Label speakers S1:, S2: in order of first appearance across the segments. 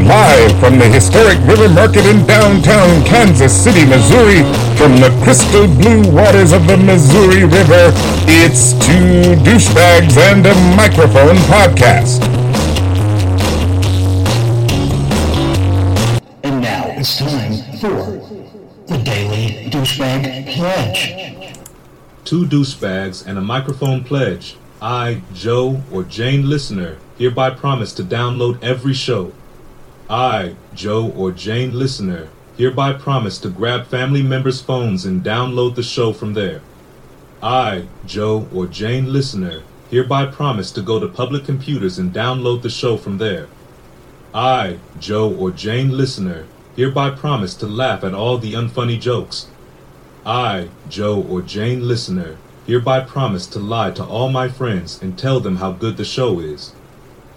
S1: from the historic River Market in downtown Kansas City, Missouri, from the crystal blue waters of the Missouri River, it's Two Douchebags and a Microphone podcast.
S2: And now it's time for the Daily Douchebag Pledge.
S3: two douchebags and a microphone pledge. I, Joe, or Jane Listener, hereby promise to download every show. I, Joe, or Jane Listener, hereby promise to grab family members' phones and download the show from there. I, Joe, or Jane Listener, hereby promise to go to public computers and download the show from there. I, Joe, or Jane Listener, hereby promise to laugh at all the unfunny jokes. I, Joe or Jane Listener, hereby promise to lie to all my friends and tell them how good the show is.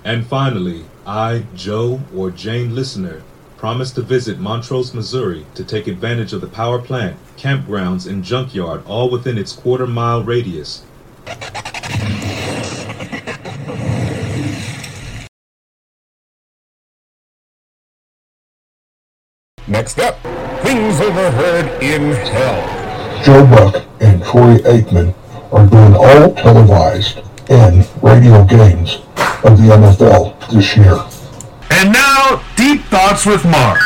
S3: And finally, I, Joe or Jane Listener, promise to visit Montrose, Missouri to take advantage of the power plant, campgrounds, and junkyard all within its quarter mile radius.
S1: Next up, things overheard in hell.
S4: Joe Buck and Troy Aikman are doing all televised and radio games of the NFL this year.
S1: And now, Deep Thoughts with Mark.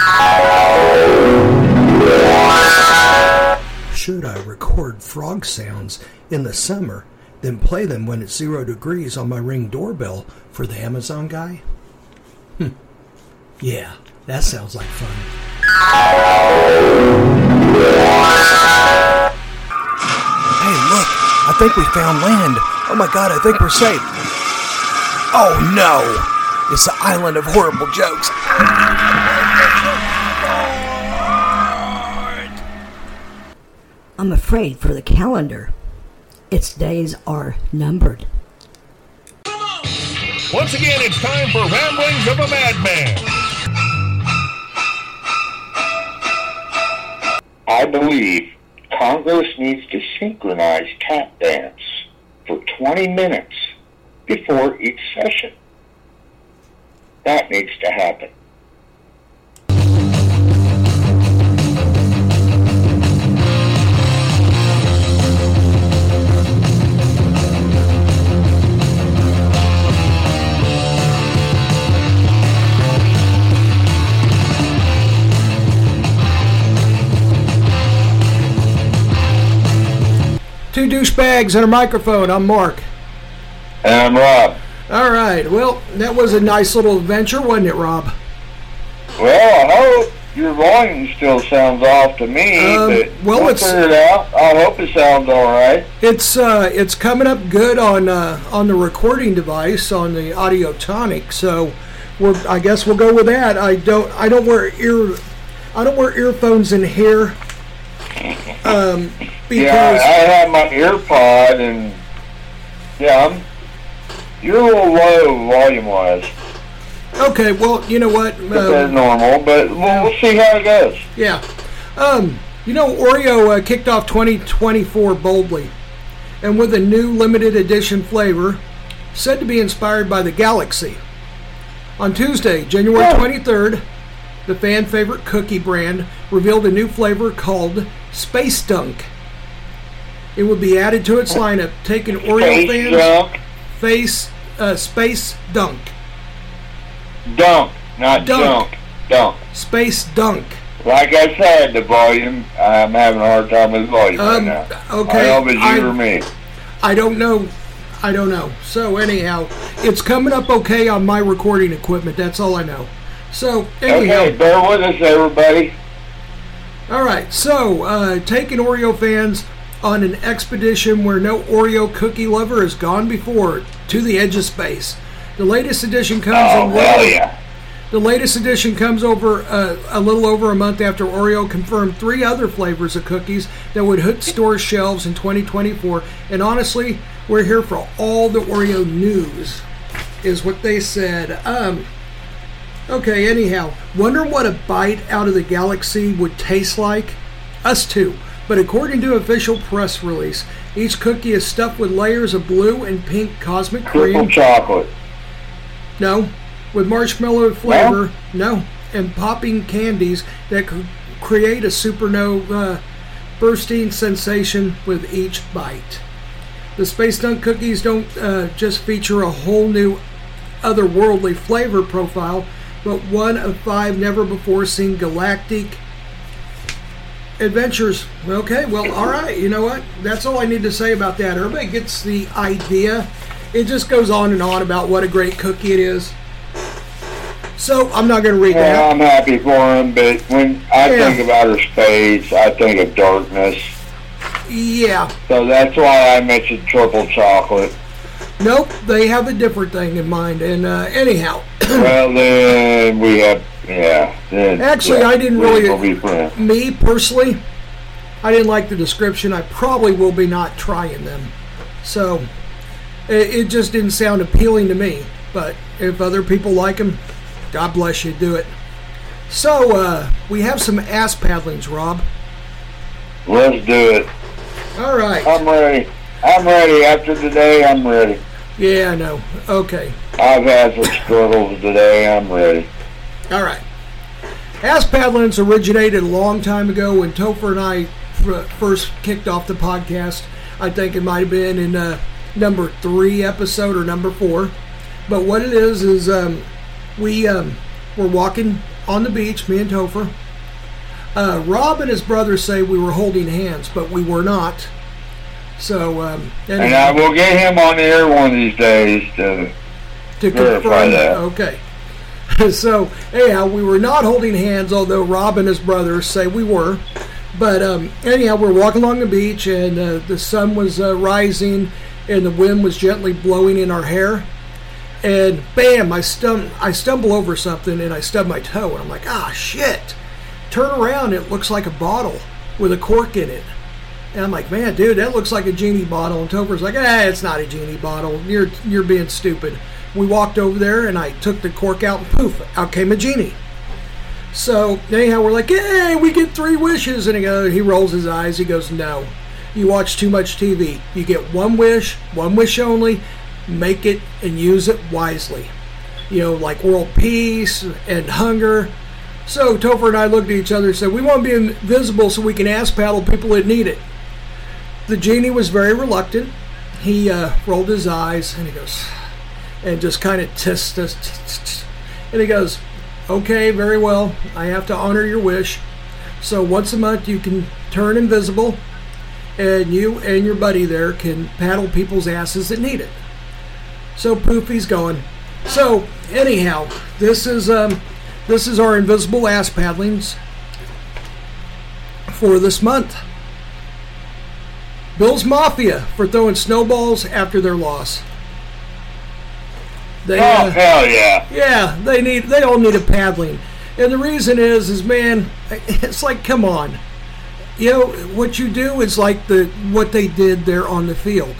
S5: Should I record frog sounds in the summer, then play them when it's zero degrees on my ring doorbell for the Amazon guy? Hmm. Yeah, that sounds like fun. Hey, look, I think we found land. Oh my god, I think we're safe. Oh no! It's the island of horrible jokes.
S6: I'm afraid for the calendar. Its days are numbered.
S1: Once again, it's time for Ramblings of a Madman.
S7: I believe Congress needs to synchronize tap dance for 20 minutes before each session. That needs to happen.
S5: Two douchebags and a microphone. I'm Mark.
S7: And uh, I'm Rob.
S5: All right, well, that was a nice little adventure, wasn't it, Rob?
S7: Well, I hope your volume still sounds off to me,
S5: Um,
S7: but
S5: well,
S7: we'll
S5: it's-
S7: figure it out. I hope it sounds all right.
S5: It's uh, it's coming up good on uh, on the recording device on the Audio Tonic, so we're I guess we'll go with that. I don't I don't wear ear I don't wear earphones in here. Um,
S7: Yeah,
S5: because
S7: I have my ear pod, and yeah, I'm, you're a little low volume-wise
S5: okay, well you know what
S7: than
S5: um,
S7: normal, but we'll, we'll see how it goes.
S5: yeah, um, you know Oreo uh, kicked off 2024 boldly, and with a new limited edition flavor said to be inspired by the galaxy. On Tuesday, January 23rd, the fan favorite cookie brand revealed a new flavor called Space Dunk. It would be added to its lineup, taking Oreo
S7: Face
S5: fans
S7: dunk,
S5: face uh, Space Dunk,
S7: dunk, not
S5: Dunk.
S7: dunk, dunk.
S5: Space Dunk.
S7: Like I said, the volume, I'm having a hard time with volume right
S5: Um,
S7: now.
S5: okay,
S7: I hope it's
S5: I-
S7: you or me.
S5: I don't know. I don't know. So anyhow, it's coming up okay on my recording equipment. That's all I know. So anyhow,
S7: Okay, bear with us, everybody.
S5: All right, so uh, taking Oreo fans on an expedition where no Oreo cookie lover has gone before to the edge of space. The latest edition comes.
S7: Oh,
S5: in
S7: well, yeah.
S5: The latest edition comes over uh, a little over a month after Oreo confirmed three other flavors of cookies that would hit store shelves in 2024. And honestly, we're here for all the Oreo news, is what they said. Um, okay, anyhow, wonder what a bite out of the galaxy would taste like? Us too. But according to official press release, each cookie is stuffed with layers of blue and pink cosmic
S7: Triple
S5: cream.
S7: chocolate.
S5: No. With marshmallow flavor, no. and popping candies that could create a supernova bursting sensation with each bite. The Space Dunk cookies don't uh, just feature a whole new otherworldly flavor profile, but one of five never before seen galactic adventures. Okay, well, all right. You know what? That's all I need to say about that. Everybody gets the idea. It just goes on and on about what a great cookie it is. So I'm not going to read
S8: Well,
S5: that.
S8: I'm happy for him, but when I
S5: Yeah.
S8: think of outer space, I think of darkness.
S5: Yeah.
S8: So that's why I mentioned triple chocolate.
S5: Nope. They have a different thing in mind. And uh, anyhow,
S8: well, then we have, yeah. Then,
S5: Actually,
S8: yeah,
S5: I didn't
S8: we
S5: really-
S8: will be friends.
S5: me personally, I didn't like the description. I probably will be not trying them. So it, it just didn't sound appealing to me. But if other people like them, God bless you, do it. So uh, we have some ass paddlings, Rob.
S8: Let's do it.
S5: All right.
S7: Um,
S8: I'm ready. I'm ready. After today, I'm ready.
S5: Yeah, I know. Okay.
S8: I've had some struggles today. I'm ready.
S5: All right. Ass Paddlins originated a long time ago when Topher and I fr- first kicked off the podcast. I think it might have been in uh, number three episode or number four. But what it is is um, we um, were walking on the beach, me and Topher. Uh, Rob and his brother say we were holding hands, but we were not. So, um,
S8: And I will get him on the air one of these days. To,
S5: to
S8: Verify
S5: confirm
S8: that.
S5: Okay. So anyhow, we were not holding hands, although Rob and his brother say we were. But um, anyhow, we're walking along the beach, and uh, the sun was uh, rising, and the wind was gently blowing in our hair. And bam, I stum- I stumble over something, and I stub my toe, and I'm like, ah, shit. Turn around, it looks like a bottle with a cork in it. And I'm like, man, dude, that looks like a genie bottle. And Topher's like, ah, it's not a genie bottle. You're you're being stupid. We walked over there, and I took the cork out, and poof, out came a genie. So anyhow, we're like, hey, we get three wishes, and he goes, he rolls his eyes. He goes, no, you watch too much TV. You get one wish, one wish only. Make it and use it wisely. You know, like world peace and hunger. So Topher and I looked at each other and said, we want to be invisible so we can ass paddle people that need it. The genie was very reluctant. He uh, rolled his eyes and he goes, and just kind of tissed us. tss, tss, tss. And he goes, Okay, very well. I have to honor your wish. So once a month, you can turn invisible, and you and your buddy there can paddle people's asses that need it. So poof, he's going. So anyhow, this is um, this is our invisible ass paddlings for this month. Bill's Mafia for throwing snowballs after their loss. They,
S8: oh,
S5: uh,
S8: hell yeah.
S5: yeah, they need they all need a paddling. And the reason is is man, it's like come on. You know, what you do is like the what they did there on the field.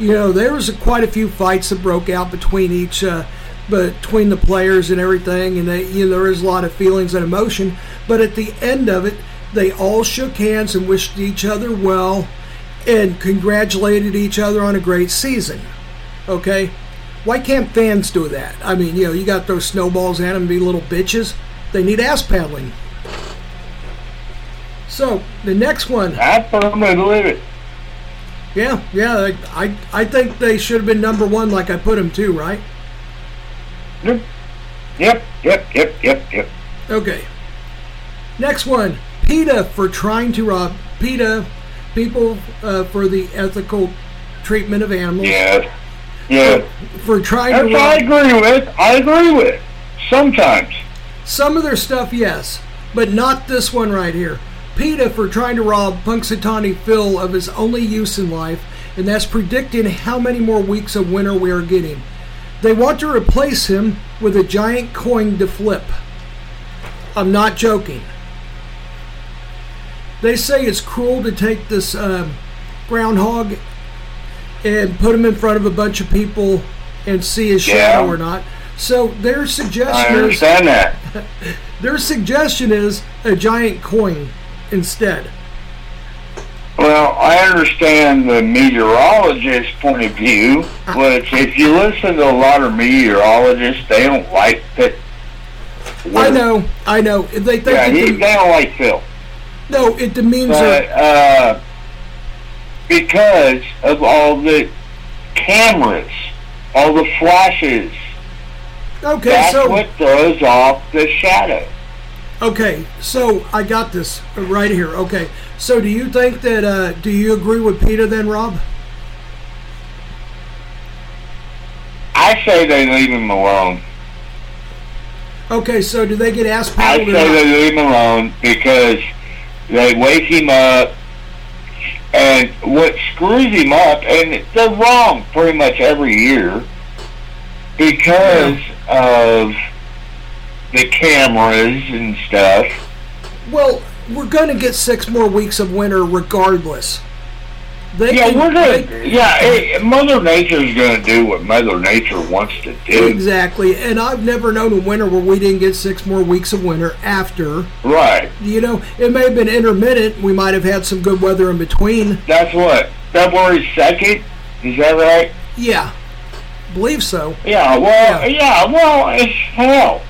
S5: You know, there was quite a few fights that broke out between each uh, between the players and everything and they, you know, there was a lot of feelings and emotion, but at the end of it, they all shook hands and wished each other well and congratulated each other on a great season okay? Why can't fans do that? I mean, you know, you got those snowballs at them and be little bitches. They need ass paddling. So the next one,
S8: I firmly believe it.
S5: yeah, yeah, I, I, I think they should have been number one, like I put them to, right?
S8: Yep, yep, yep, yep, yep, yep.
S5: Okay. Next one, PETA for trying to rob PETA people uh, for the ethical treatment of animals
S8: Yes. Yeah.
S5: for trying
S8: That's
S5: to
S8: what I
S5: rob
S8: agree with. I agree with. Sometimes.
S5: Some of their stuff, yes, but not this one right here. PETA for trying to rob Punxsutawney Phil of his only use in life, and that's predicting how many more weeks of winter we are getting. They want to replace him with a giant coin to flip. I'm not joking. They say it's cruel to take this um, groundhog and put him in front of a bunch of people and see his shadow
S8: Yeah.
S5: or not. So their
S8: I
S5: suggestion is
S8: understand that.
S5: their suggestion is a giant coin instead.
S8: Well, I understand the meteorologist's point of view, but if you listen to a lot of meteorologists, they don't like that
S5: I know, I know. They think
S7: Yeah,
S5: it
S7: he,
S5: dem-
S7: they don't like Phil.
S5: no, it demeans
S7: But
S5: their
S7: uh, because of all the cameras, all the flashes,
S5: Okay,
S7: that's
S5: so
S7: what throws off the shadow.
S5: Okay, so I got this right here. Okay, so do you think that? Uh, do you agree with Peter then, Rob?
S7: I say they leave him alone.
S5: Okay, so do they get ass
S7: I
S5: paddled?
S7: say
S5: or not?
S7: they leave him alone because they wake him up, and what screws him up, and they're wrong pretty much every year because of the cameras and stuff.
S5: Well, we're going to get six more weeks of winter regardless. They
S7: Yeah,
S5: can-
S7: we're gonna.
S5: they-
S7: Yeah, it, Mother Nature's gonna do what Mother Nature wants to do.
S5: exactly. And I've never known a winter where we didn't get six more weeks of winter after.
S7: Right.
S5: You know, it may have been intermittent. We might have had some good weather in between.
S7: That's what February second. Is that right?
S5: Yeah, believe so.
S7: Yeah. Well. Yeah. well, it's hell.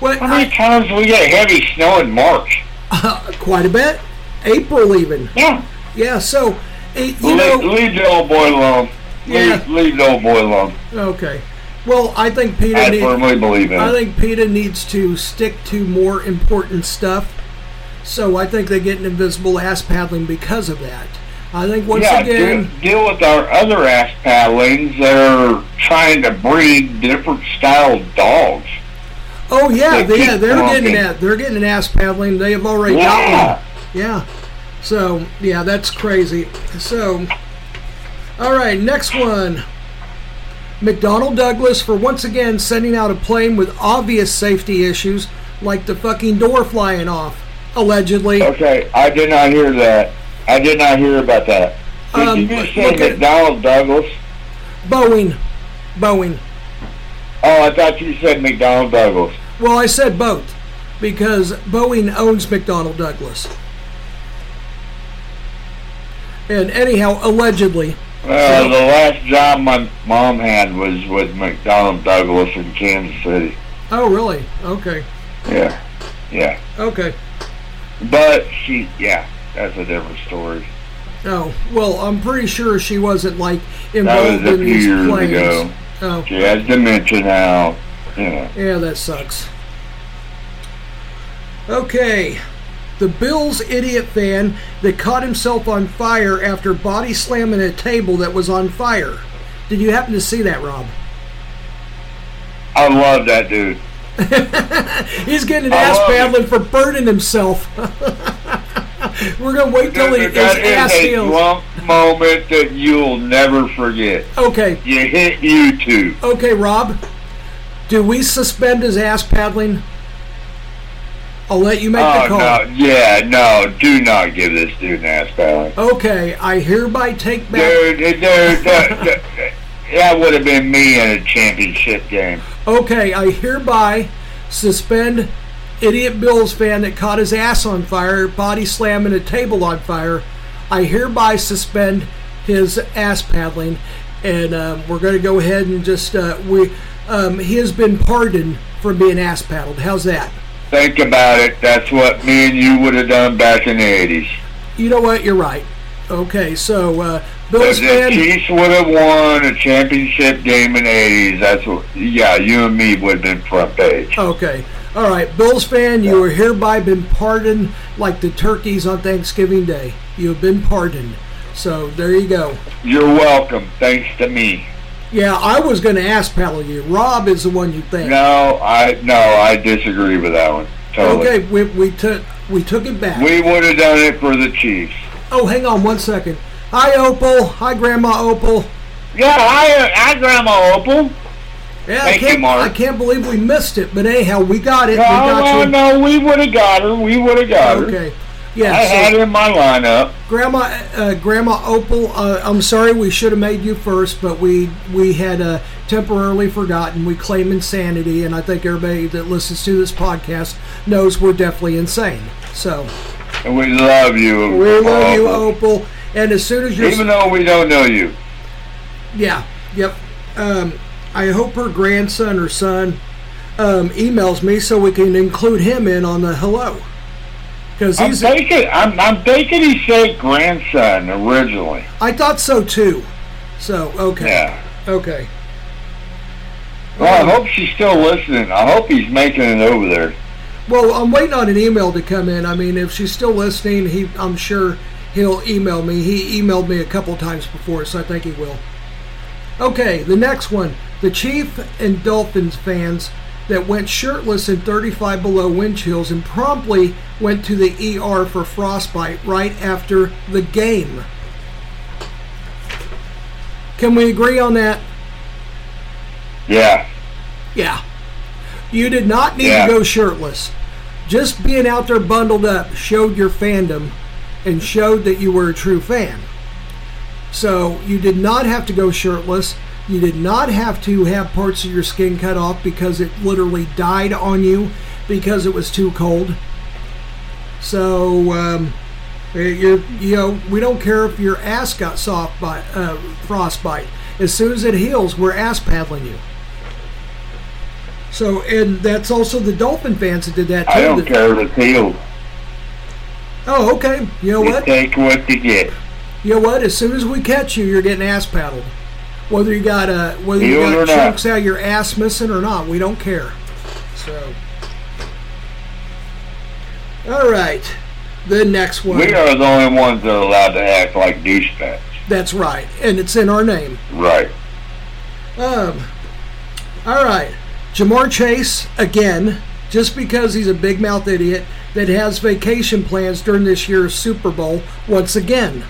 S5: Well,
S7: How many times we get heavy snow in March?
S5: I- uh, quite a bit. April even.
S7: Yeah.
S5: Yeah, so it, you
S7: Leave,
S5: know,
S7: leave the old boy alone. Leave,
S5: Yeah.
S7: leave the old boy alone.
S5: okay. Well, I think Peter
S7: I
S5: needs.
S7: firmly believe in
S5: I
S7: it.
S5: think Peter needs to stick to more important stuff. So I think they get an invisible ass paddling because of that. I think once
S7: Yeah,
S5: again,
S7: deal, deal with our other ass paddlings that are trying to breed different style dogs.
S5: oh yeah,
S7: They
S5: they, yeah,
S7: keep
S5: they're getting
S7: walking.
S5: that. They're getting an ass paddling. They have already got
S7: Yeah.
S5: one. Yeah. So yeah, that's crazy. So, all right, next one. McDonnell Douglas for once again sending out a plane with obvious safety issues, like the fucking door flying off, allegedly.
S7: Okay, I did not hear that. I did not hear about that. Did
S5: Um,
S7: you just say
S5: look at-
S7: McDonald Douglas?
S5: Boeing, Boeing.
S7: Oh, I thought you said McDonald Douglas.
S5: Well, I said both because Boeing owns McDonnell Douglas. And anyhow, allegedly,
S7: Uh, the last job my mom had was with McDonald Douglas in Kansas City.
S5: oh really? Okay,
S7: Yeah, yeah.
S5: okay.
S7: But she, yeah, that's a different story.
S5: Oh well, I'm pretty sure she wasn't like
S7: That
S5: involved
S7: was a
S5: in
S7: few
S5: these
S7: years
S5: planes.
S7: ago.
S5: Oh
S7: She has dementia now. You know.
S5: yeah, that sucks. Okay. The Bills idiot fan that caught himself on fire after body slamming a table that was on fire. Did you happen to see that, Rob?
S7: I love that dude.
S5: He's getting an
S7: I
S5: ass
S7: love it.
S5: paddling for burning himself. We're gonna wait till he, his
S7: that is
S5: ass
S7: a
S5: heals.
S7: drunk moment that you'll never forget.
S5: Okay,
S7: You hit YouTube.
S5: okay, Rob. Do we suspend his ass paddling? I'll let you make the
S7: Oh
S5: call.
S7: no! Yeah, no! Do not give this dude an ass paddling.
S5: Okay, I hereby take back.
S7: Dude, dude, that, that, that would have been me in a championship game.
S5: Okay, I hereby suspend idiot Bills fan that caught his ass on fire, body slamming a table on fire. I hereby suspend his ass paddling, and um, we're going to go ahead and just uh, we um, he has been pardoned for being ass paddled. How's that?
S7: Think about it. That's what me and you would have done back in the '80s.
S5: You know what? You're right. Okay, so uh,
S7: If
S5: Bills
S7: the
S5: fan.
S7: Chiefs would have won a championship game in the '80s, that's what. Yeah, you and me would have been front page.
S5: Okay. All right, Bills fan, you are hereby been pardoned like the turkeys on Thanksgiving Day. You have been pardoned. So there you go.
S7: You're welcome. Thanks to me.
S5: Yeah, I was going to ask paddle you. Rob is the one you think.
S7: No, I no, I disagree with that one. Totally.
S5: okay, we, we took we took it back.
S7: We would have done it for the Chiefs.
S5: oh, hang on one second. Hi, Opal. Hi, Grandma Opal.
S7: Yeah, I, I Grandma Opal.
S5: Yeah, I
S7: Thank you,
S5: can't,
S7: Mark.
S5: I can't believe we missed it, but anyhow, we got it. we
S7: No,
S5: got you.
S7: Oh, no, no, we would have got her. We would have got her.
S5: Okay. Yeah.
S7: I
S5: so-
S7: had her in my lineup.
S5: Grandma, uh, Grandma Opal, uh, I'm sorry we should have made you first, but we we had uh, temporarily forgotten. We claim insanity, and I think everybody that listens to this podcast knows we're definitely insane. So
S7: And we love you.
S5: we love you,
S7: Opal.
S5: Opal. And as soon as you're,
S7: Even though we don't know you.
S5: yeah, yep. Um, I hope her grandson or son um, emails me so we can include him in on the hello. Because
S7: I'm
S5: he's,
S7: thinking, I'm, I'm thinking he said grandson originally.
S5: I thought so too. So okay,
S7: Yeah.
S5: okay.
S7: Well, I
S5: Oh.
S7: hope she's still listening. I hope he's making it over there.
S5: Well, I'm waiting on an email to come in. I mean, if she's still listening, he I'm sure he'll email me. He emailed me a couple times before, so I think he will. Okay, the next one. The Chief and Dolphins fans that went shirtless in 35 below wind chills and promptly went to the ER for frostbite right after the game. Can we agree on that?
S7: Yeah.
S5: Yeah. You did not need
S7: Yeah.
S5: to go shirtless. Just being out there bundled up showed your fandom and showed that you were a true fan. So you did not have to go shirtless. You did not have to have parts of your skin cut off because it literally died on you because it was too cold. So um, you're, you know we don't care if your ass got soft by uh, frostbite. As soon as it heals, we're ass paddling you. So, and that's also the Dolphin fans that did that too.
S7: I don't
S5: that-
S7: care if it's healed.
S5: Oh, okay. You know
S7: You
S5: what?
S7: take what you get.
S5: You know what? As soon as we catch you, you're getting ass paddled. Whether you got uh, whether you
S7: Healed
S5: got
S7: or not.
S5: chunks out of your ass missing or not, we don't care. So, all right. The next one.
S7: We are the only ones that are allowed to act like douchebags.
S5: That's right, and it's in our name.
S7: Right.
S5: Um, all right, Jamar Chase again. Just because he's a big mouth idiot that has vacation plans during this year's Super Bowl once again.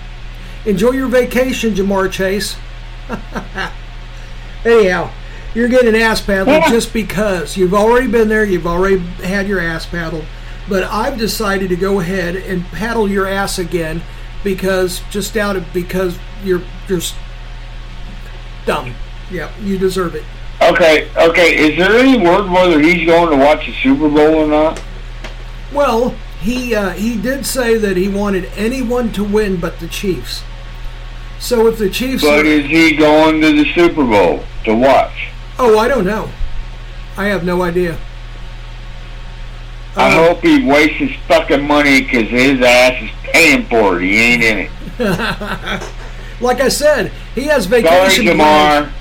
S5: Enjoy your vacation, Jamar Chase. Anyhow, you're getting ass paddled just because you've already been there, you've already had your ass paddled. But I've decided to go ahead and paddle your ass again because just out of because you're you're s- dumb. Yeah, you deserve it.
S7: Okay, okay. Is there any word whether he's going to watch the Super Bowl or not?
S5: Well, he uh, he did say that he wanted anyone to win but the Chiefs. So if the Chiefs,
S7: But is he going to the Super Bowl to watch?
S5: oh, I don't know. I have no idea.
S7: I hope he wastes his fucking money because his ass is paying for it. He ain't in it.
S5: Like I said, he has
S7: Sorry,
S5: vacation. plans.
S7: Jamar.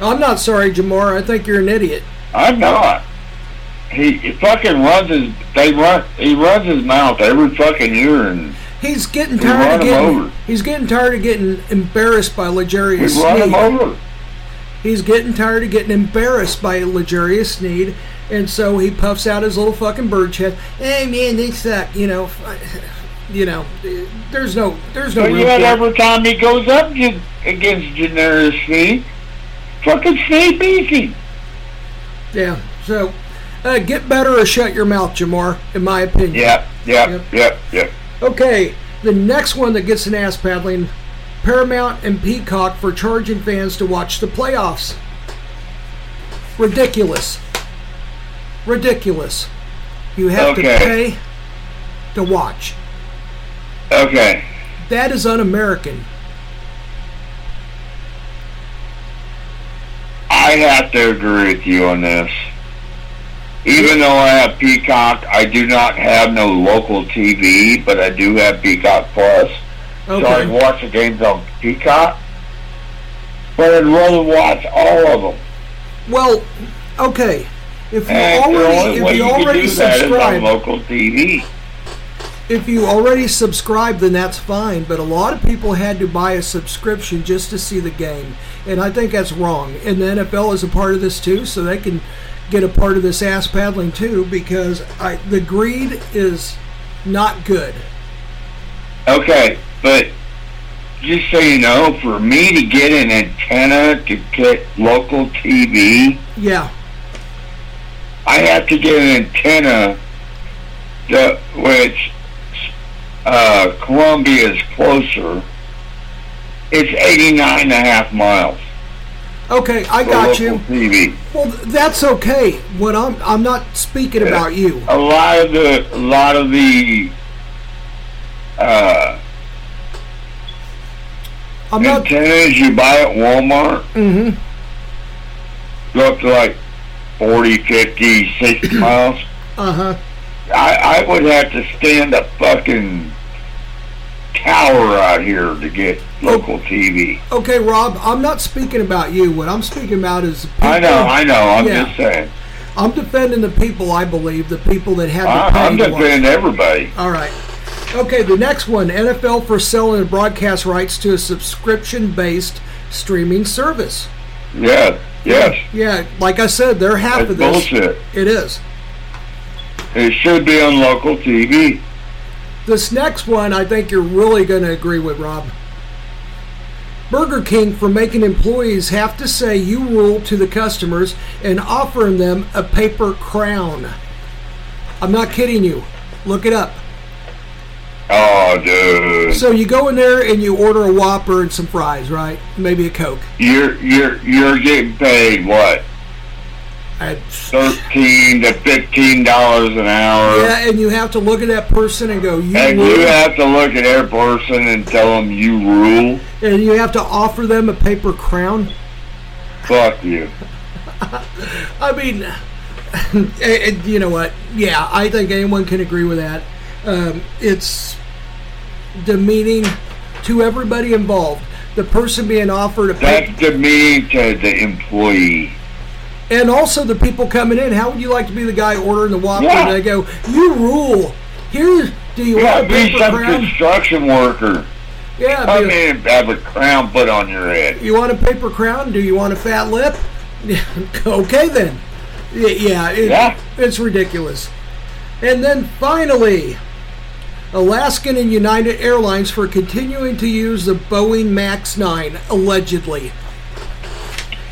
S5: I'm not sorry, Jamar. I think you're an idiot.
S7: I'm not. He, he fucking runs his they run he runs his mouth every fucking year and
S5: He's getting
S7: We run
S5: tired
S7: him
S5: of getting.
S7: over.
S5: He's getting tired of getting embarrassed by
S7: we
S5: Legarius
S7: run him
S5: Sneed.
S7: over.
S5: He's getting tired of getting embarrassed by Legarius Sneed, and so he puffs out his little fucking bird chest. Hey man, they suck. You know, you know. There's no, there's no.
S7: But
S5: room
S7: yet
S5: for it.
S7: every time he goes up ju- against Janaris Sneed, fucking Sneed beats him.
S5: Yeah. So, uh, get better or shut your mouth, Jamar. In my opinion.
S7: Yep,
S5: Yep.
S7: yep, yep, yep.
S5: Okay, the next one that gets an ass paddling Paramount and Peacock for charging fans to watch the playoffs. Ridiculous. Ridiculous. You have
S7: Okay.
S5: to pay to watch.
S7: Okay.
S5: That is un American.
S7: I have to agree with you on this. Even though I have Peacock, I do not have no local TV, but I do have Peacock Plus. So I
S5: Okay.
S7: watch the games on Peacock. But I'd rather watch all of them.
S5: Well, okay. If you
S7: And the
S5: already
S7: only
S5: if
S7: way
S5: you
S7: you can
S5: already
S7: do that is on
S5: subscribe
S7: local TV.
S5: if you already subscribe then that's fine, but a lot of people had to buy a subscription just to see the game. And I think that's wrong. And the NFL is a part of this too, so they can get a part of this ass paddling too because I the greed is not good.
S7: Okay, but just so you know, for me to get an antenna to get local TV,
S5: Yeah.
S7: I have to get an antenna that which uh, Columbia is closer. It's 89 and a half miles.
S5: Okay, I
S7: for
S5: got
S7: local
S5: you.
S7: TV.
S5: Well, th- that's okay. What I'm I'm not speaking about you.
S7: A lot of the, a lot of the uh,
S5: I'm not Mm-hmm.
S7: antennas you buy at Walmart go up to like 40, 50, 60 miles,
S5: Uh huh.
S7: I, I would have to stand a fucking tower out here to get
S5: Oh.
S7: local TV.
S5: Okay, Rob, I'm not speaking about you. What I'm speaking about is the people,
S7: I know, I know. I'm
S5: Yeah.
S7: just saying.
S5: I'm defending the people I believe, the people that have
S7: I,
S5: the
S7: I'm
S5: pain. to watch.
S7: defending everybody.
S5: All right. Okay, the next one NFL for selling the broadcast rights to a subscription based streaming service.
S7: Yeah, yes.
S5: Yeah, like I said, they're half
S7: That's
S5: of this.
S7: bullshit.
S5: It is.
S7: It should be on local TV.
S5: This next one, I think you're really going to agree with, Rob. Burger King for making employees have to say you rule to the customers and offering them a paper crown. I'm not kidding you. Look it up.
S7: Oh, dude.
S5: So you go in there and you order a Whopper and some fries, right? Maybe a Coke.
S7: You're, you're, you're getting paid, what,
S5: I-
S7: 13 to $15 dollars an hour?
S5: yeah, and you have to look at that person and go, you
S7: Uh-huh. And you
S5: rule.
S7: have to look at their person and tell them you rule?
S5: And you have to offer them a paper crown.
S7: Fuck you.
S5: I mean, and- and you know what? Yeah, I think anyone can agree with that. Um, it's demeaning to everybody involved. The person being offered a pay,
S7: That's demeaning to the employee.
S5: and also the people coming in. How would you like to be the guy ordering the Whopper?
S7: Yeah.
S5: And they go, "You rule." Here, do you
S7: Yeah,
S5: want a
S7: be
S5: paper
S7: some
S5: crown?
S7: construction worker.
S5: Yeah,
S7: Come
S5: be a-
S7: in and have a crown put on your head.
S5: You want a paper crown? Do you want a fat lip? okay then. Y- Yeah, it,
S7: Yeah.
S5: it's ridiculous. And then finally, Alaskan and United Airlines for continuing to use the Boeing MAX 9, allegedly.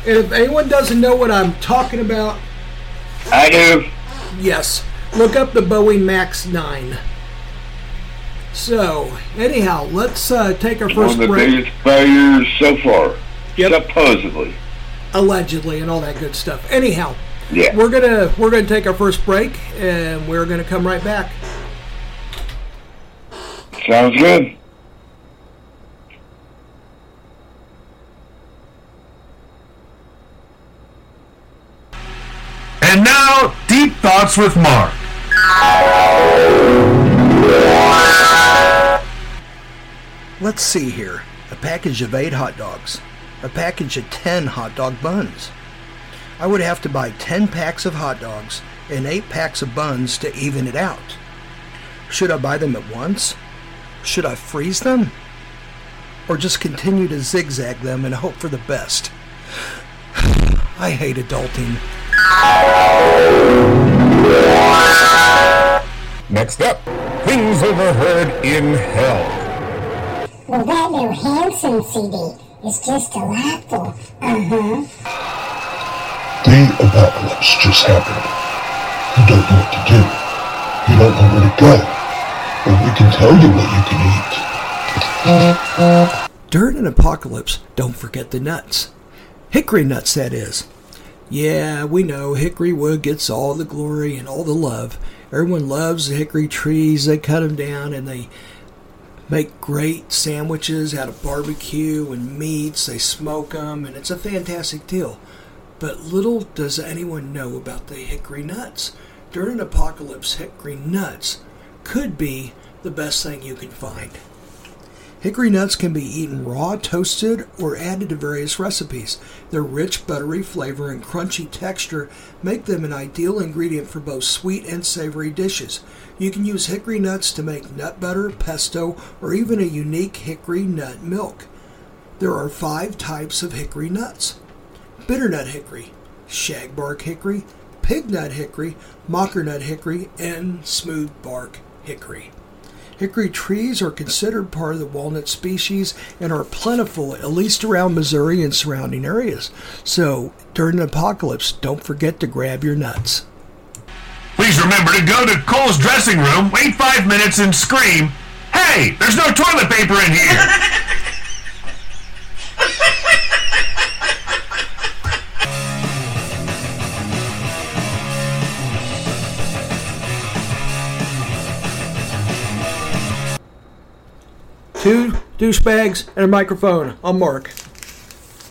S5: And if anyone doesn't know what I'm talking about,
S7: I do.
S5: yes, look up the Boeing MAX 9. So, anyhow, let's uh, take our
S7: One
S5: first
S7: of the
S5: break.
S7: biggest failures so far. Supposedly.
S5: allegedly and all that good stuff. Anyhow,
S7: Yeah.
S5: we're gonna we're gonna take our first break and we're gonna come right back.
S7: Sounds good.
S1: And now, Deep Thoughts with Mark.
S9: Let's see here. A package of eight hot dogs. A package of ten hot dog buns. I would have to buy ten packs of hot dogs and eight packs of buns to even it out. Should I buy them at once? Should I freeze them? Or just continue to zigzag them and hope for the best? I hate adulting.
S1: Next up, things overheard in hell.
S6: Well, that new Hanson CD is just delightful. Uh-huh.
S2: The apocalypse just happened. You don't know what to do. You don't know where to go. But we can tell you what you can eat.
S9: During an apocalypse, don't forget the nuts. Hickory nuts, that is. Yeah, we know hickory wood gets all the glory and all the love. Everyone loves the hickory trees. They cut them down and they make great sandwiches out of barbecue and meats. They smoke them, and it's a fantastic deal. But little does anyone know about the hickory nuts. During an apocalypse, hickory nuts could be the best thing you can find. Hickory nuts can be eaten raw, toasted, or added to various recipes. Their rich, buttery flavor and crunchy texture make them an ideal ingredient for both sweet and savory dishes. You can use hickory nuts to make nut butter, pesto, or even a unique hickory nut milk. There are five types of hickory nuts bitternut hickory, shagbark hickory, pignut hickory, mockernut hickory, and smooth bark hickory. Hickory trees are considered part of the walnut species and are plentiful, at least around Missouri and surrounding areas. So, during an apocalypse, don't forget to grab your nuts.
S1: Please remember to go to Cole's dressing room, wait five minutes, and scream, Hey, there's no toilet paper in here!
S5: Two douchebags and a microphone. I'm Mark.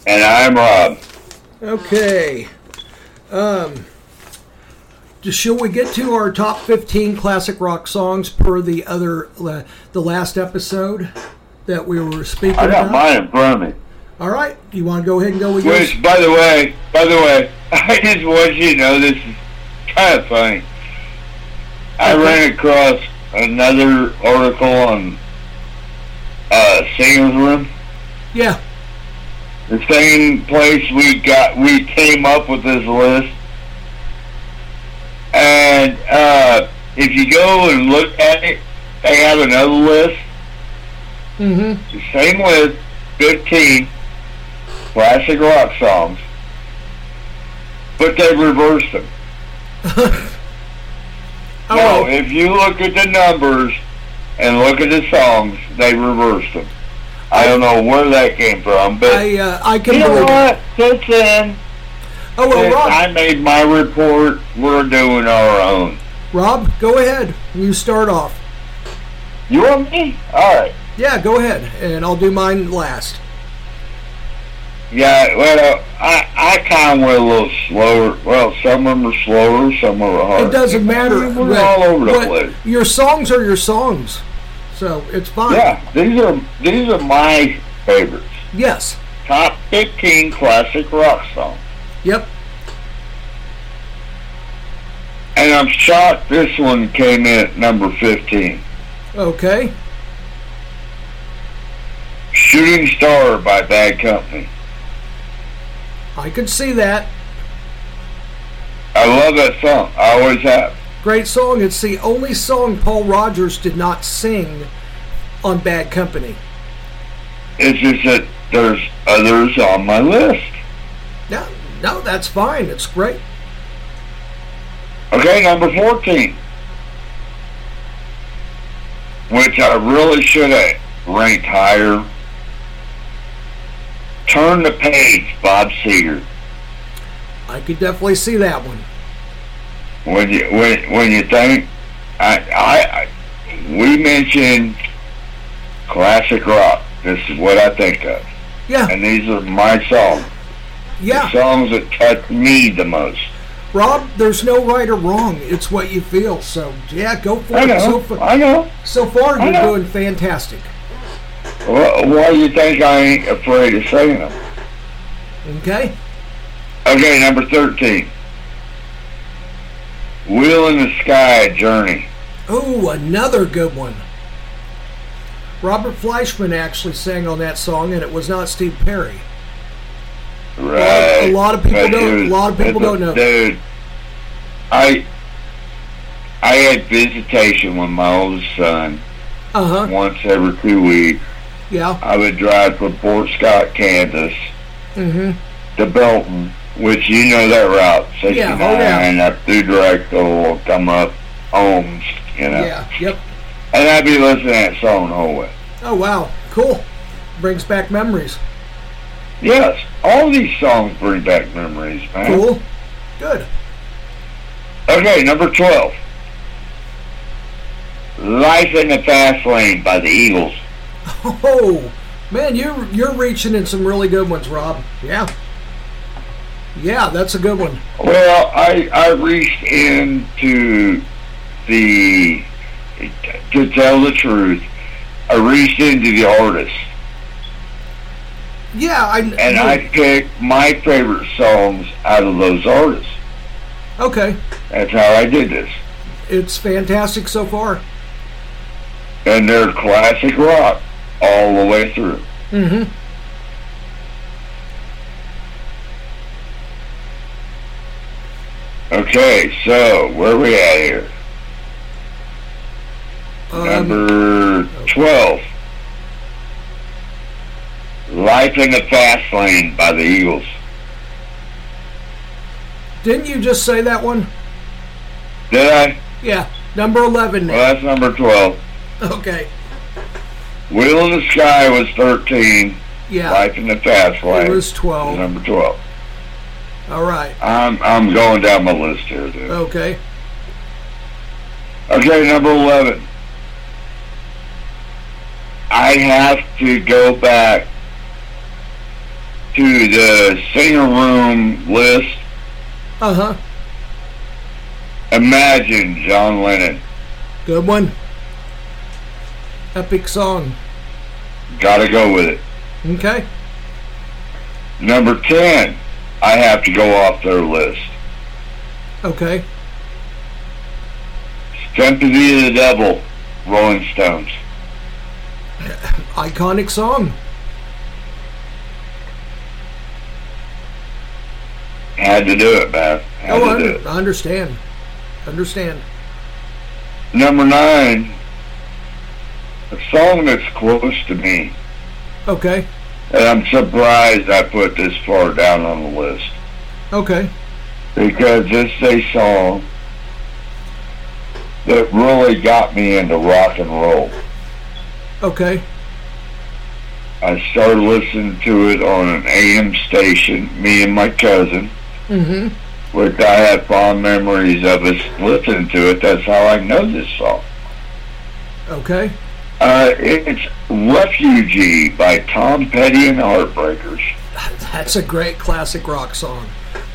S7: And I'm Rob.
S5: Okay. Um, Shall we get to our top 15 classic rock songs per the other, uh, the last episode that we were speaking
S7: I
S5: about?
S7: got mine in front of me.
S5: All right. You want to go ahead and go with yours?
S7: Which, by the way, by the way, I just want you to know this is kind of funny. I ran across another article on uh, Singers Room.
S5: Yeah.
S7: The same place we got, we came up with this list. And uh, if you go and look at it, they have another list.
S5: Mm-hmm.
S7: The same list, 15 classic rock songs, but they reversed them.
S5: All
S7: no,
S5: right.
S7: if you look at the numbers and look at the songs, they reversed them. I don't know where that came from, but
S5: I, uh, I can
S7: you know
S5: believe it.
S7: what? Since then,
S5: Oh, well,
S7: since
S5: Rob,
S7: I made my report, we're doing our own.
S5: Rob, go ahead. You start off.
S7: You want me? All right.
S5: Yeah, go ahead, and I'll do mine last.
S7: Yeah, well, I, I kind of went a little slower. Well, some of them are slower, some are harder.
S5: It doesn't matter.
S7: We're
S5: but-
S7: all over the
S5: but
S7: place.
S5: Your songs are your songs, so it's fine.
S7: Yeah, these are these are my favorites.
S5: Yes.
S7: Top 15 classic rock songs.
S5: Yep.
S7: And I'm shocked this one came in at number 15.
S5: Okay.
S7: Shooting Star by Bad Company.
S5: I could see that.
S7: I love that song. I always have.
S5: Great song. It's the only song Paul Rogers did not sing on Bad Company.
S7: It's just that there's others on my list.
S5: No, no, that's fine. It's great.
S7: Okay, number 14. Which I really should have ranked higher. Turn the Page, Bob Seger.
S5: I could definitely see that one.
S7: when you when when you think I, I I we mentioned classic rock. This is what I think of,
S5: Yeah,
S7: and these are my songs,
S5: yeah.
S7: the songs that touch me the most.
S5: Rob, there's no right or wrong. It's what you feel. So yeah, go for
S7: I
S5: it. So,
S7: know,
S5: fa-
S7: I know.
S5: so far,
S7: I
S5: you're
S7: know.
S5: doing fantastic.
S7: Wh- Why do you think I ain't afraid of saying them?
S5: Okay.
S7: Okay, number thirteen. Wheel in the Sky Journey.
S5: Oh, another good one. Robert Fleischman actually sang on that song, and it was not Steve Perry.
S7: Right.
S5: A lot of people
S7: But
S5: don't-
S7: dude,
S5: a lot of people
S7: it's a-
S5: don't know.
S7: Dude, I I had visitation with my oldest son
S5: Uh huh.
S7: once every two weeks.
S5: Yeah.
S7: I would drive from Fort Scott, Kansas,
S5: Mm-hmm.
S7: to Belton, which you know that route,
S5: Yeah,
S7: 69
S5: oh, yeah.
S7: up through Directo, come up Ohms, you know.
S5: Yeah. Yep.
S7: And I'd be listening to that song the whole way.
S5: Oh wow. Cool. Brings back memories.
S7: Yes, all these songs bring back memories, man.
S5: Cool. Good.
S7: Okay, number 12. Life in the Fast Lane by the Eagles.
S5: Oh man, you you're reaching in some really good ones, Rob. Yeah. Yeah, that's a good one.
S7: Well, I, I reached into the, to tell the truth, I reached into the artist
S5: Yeah, I
S7: and I picked my favorite songs out of those artists.
S5: okay.
S7: That's how I did this.
S5: It's fantastic so far.
S7: And they're classic rock all the way through.
S5: Mm-hmm.
S7: Okay, so where we at here?
S5: Um,
S7: Number 12. Life in the Fast Lane by the Eagles.
S5: didn't you just say that one?
S7: Did I?
S5: Yeah. Number eleven now.
S7: Well, that's number 12.
S5: Okay.
S7: Wheel in the Sky was 13.
S5: Yeah.
S7: Life in the Fast Lane
S5: It was
S7: is
S5: twelve.
S7: number 12.
S5: All right.
S7: I'm, I'm going down my list here, dude.
S5: Okay.
S7: Okay, number 11. I have to go back to
S5: Uh-huh.
S7: the singer room list
S5: Uh huh.
S7: Imagine John Lennon.
S5: Good one. Epic song.
S7: Gotta go with it.
S5: Okay.
S7: Number 10, I have to go off their list.
S5: Okay.
S7: Sympathy of the Devil, Rolling Stones.
S5: Iconic song.
S7: Had to do it, man. Had
S5: oh, I,
S7: to do
S5: under-
S7: it.
S5: I understand. Understand.
S7: Number 9, a song that's close to me.
S5: Okay.
S7: And I'm surprised I put this far down on the list.
S5: Okay.
S7: because it's a song that really got me into rock and roll.
S5: Okay.
S7: I started listening to it on an AM station, me and my cousin,
S5: Mm-hmm.
S7: which I had fond memories of us listening to it. That's how I know this song.
S5: Okay.
S7: Uh, it's Refugee by Tom Petty and the Heartbreakers.
S5: That's a great classic rock song.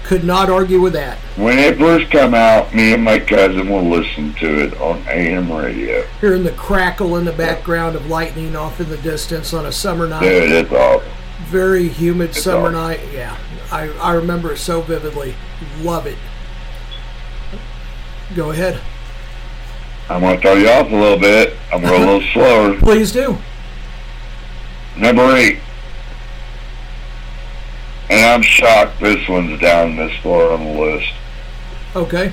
S5: Could not argue with that.
S7: When it first come out, me and my cousin will listen to it on AM radio.
S5: Hearing the crackle in the background of lightning off in the distance on a summer night.
S7: Dude, it's awesome.
S5: Very humid summer
S7: awesome.
S5: night. Yeah. I, I remember it so vividly. Love it. Go ahead.
S7: I'm going to throw you off a little bit. I'm going a little slower.
S5: Please do.
S7: Number eight. And I'm shocked this one's down this far on the list.
S5: Okay.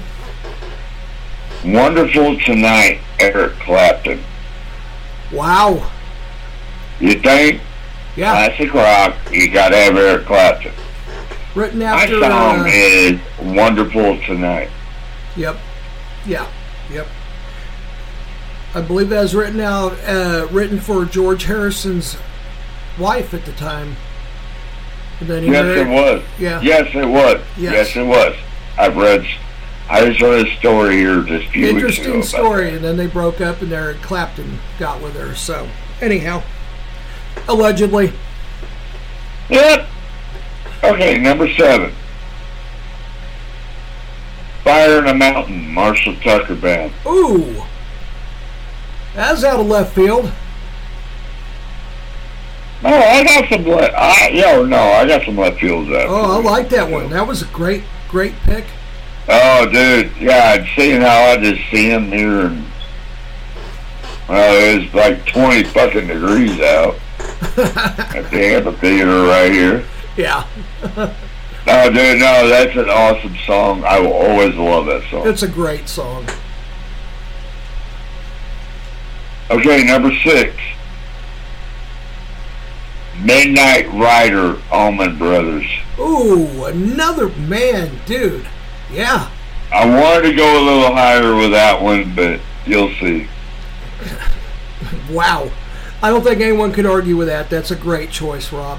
S7: Wonderful Tonight, Eric Clapton.
S5: Wow.
S7: You think?
S5: Yeah.
S7: Classic rock, you got to have Eric Clapton.
S5: Written
S7: My
S5: after.
S7: song
S5: uh,
S7: is Wonderful Tonight.
S5: Yep. Yeah. Yep. I believe that was written out, uh, written for George Harrison's wife at the time. And then he
S7: Yes,
S5: married-
S7: it was.
S5: Yeah.
S7: Yes, it was.
S5: Yes.
S7: Yes, it was. I've read, I just read a story here just a few weeks ago.
S5: Interesting
S7: about
S5: story. And then they broke up, and Eric Clapton got with her. So, anyhow, allegedly,
S7: Yep. Okay, number seven. Fire in a Mountain, Marshall Tucker Band.
S5: ooh, that's out of left field.
S7: Oh, I got some left. I, yo, no, I got some left fields up.
S5: Oh, I like that one. That was a great, great pick.
S7: Oh, dude, yeah, and seeing how I just see him here, and well, it was like twenty fucking degrees out at the amphitheater right here.
S5: Yeah,
S7: Oh, dude, no, that's an awesome song. I will always love that song.
S5: it's a great song.
S7: Okay, number six. Midnight Rider, Allman Brothers.
S5: Ooh, another man, dude. Yeah.
S7: I wanted to go a little higher with that one, but you'll see.
S5: Wow. I don't think anyone could argue with that. That's a great choice, Rob.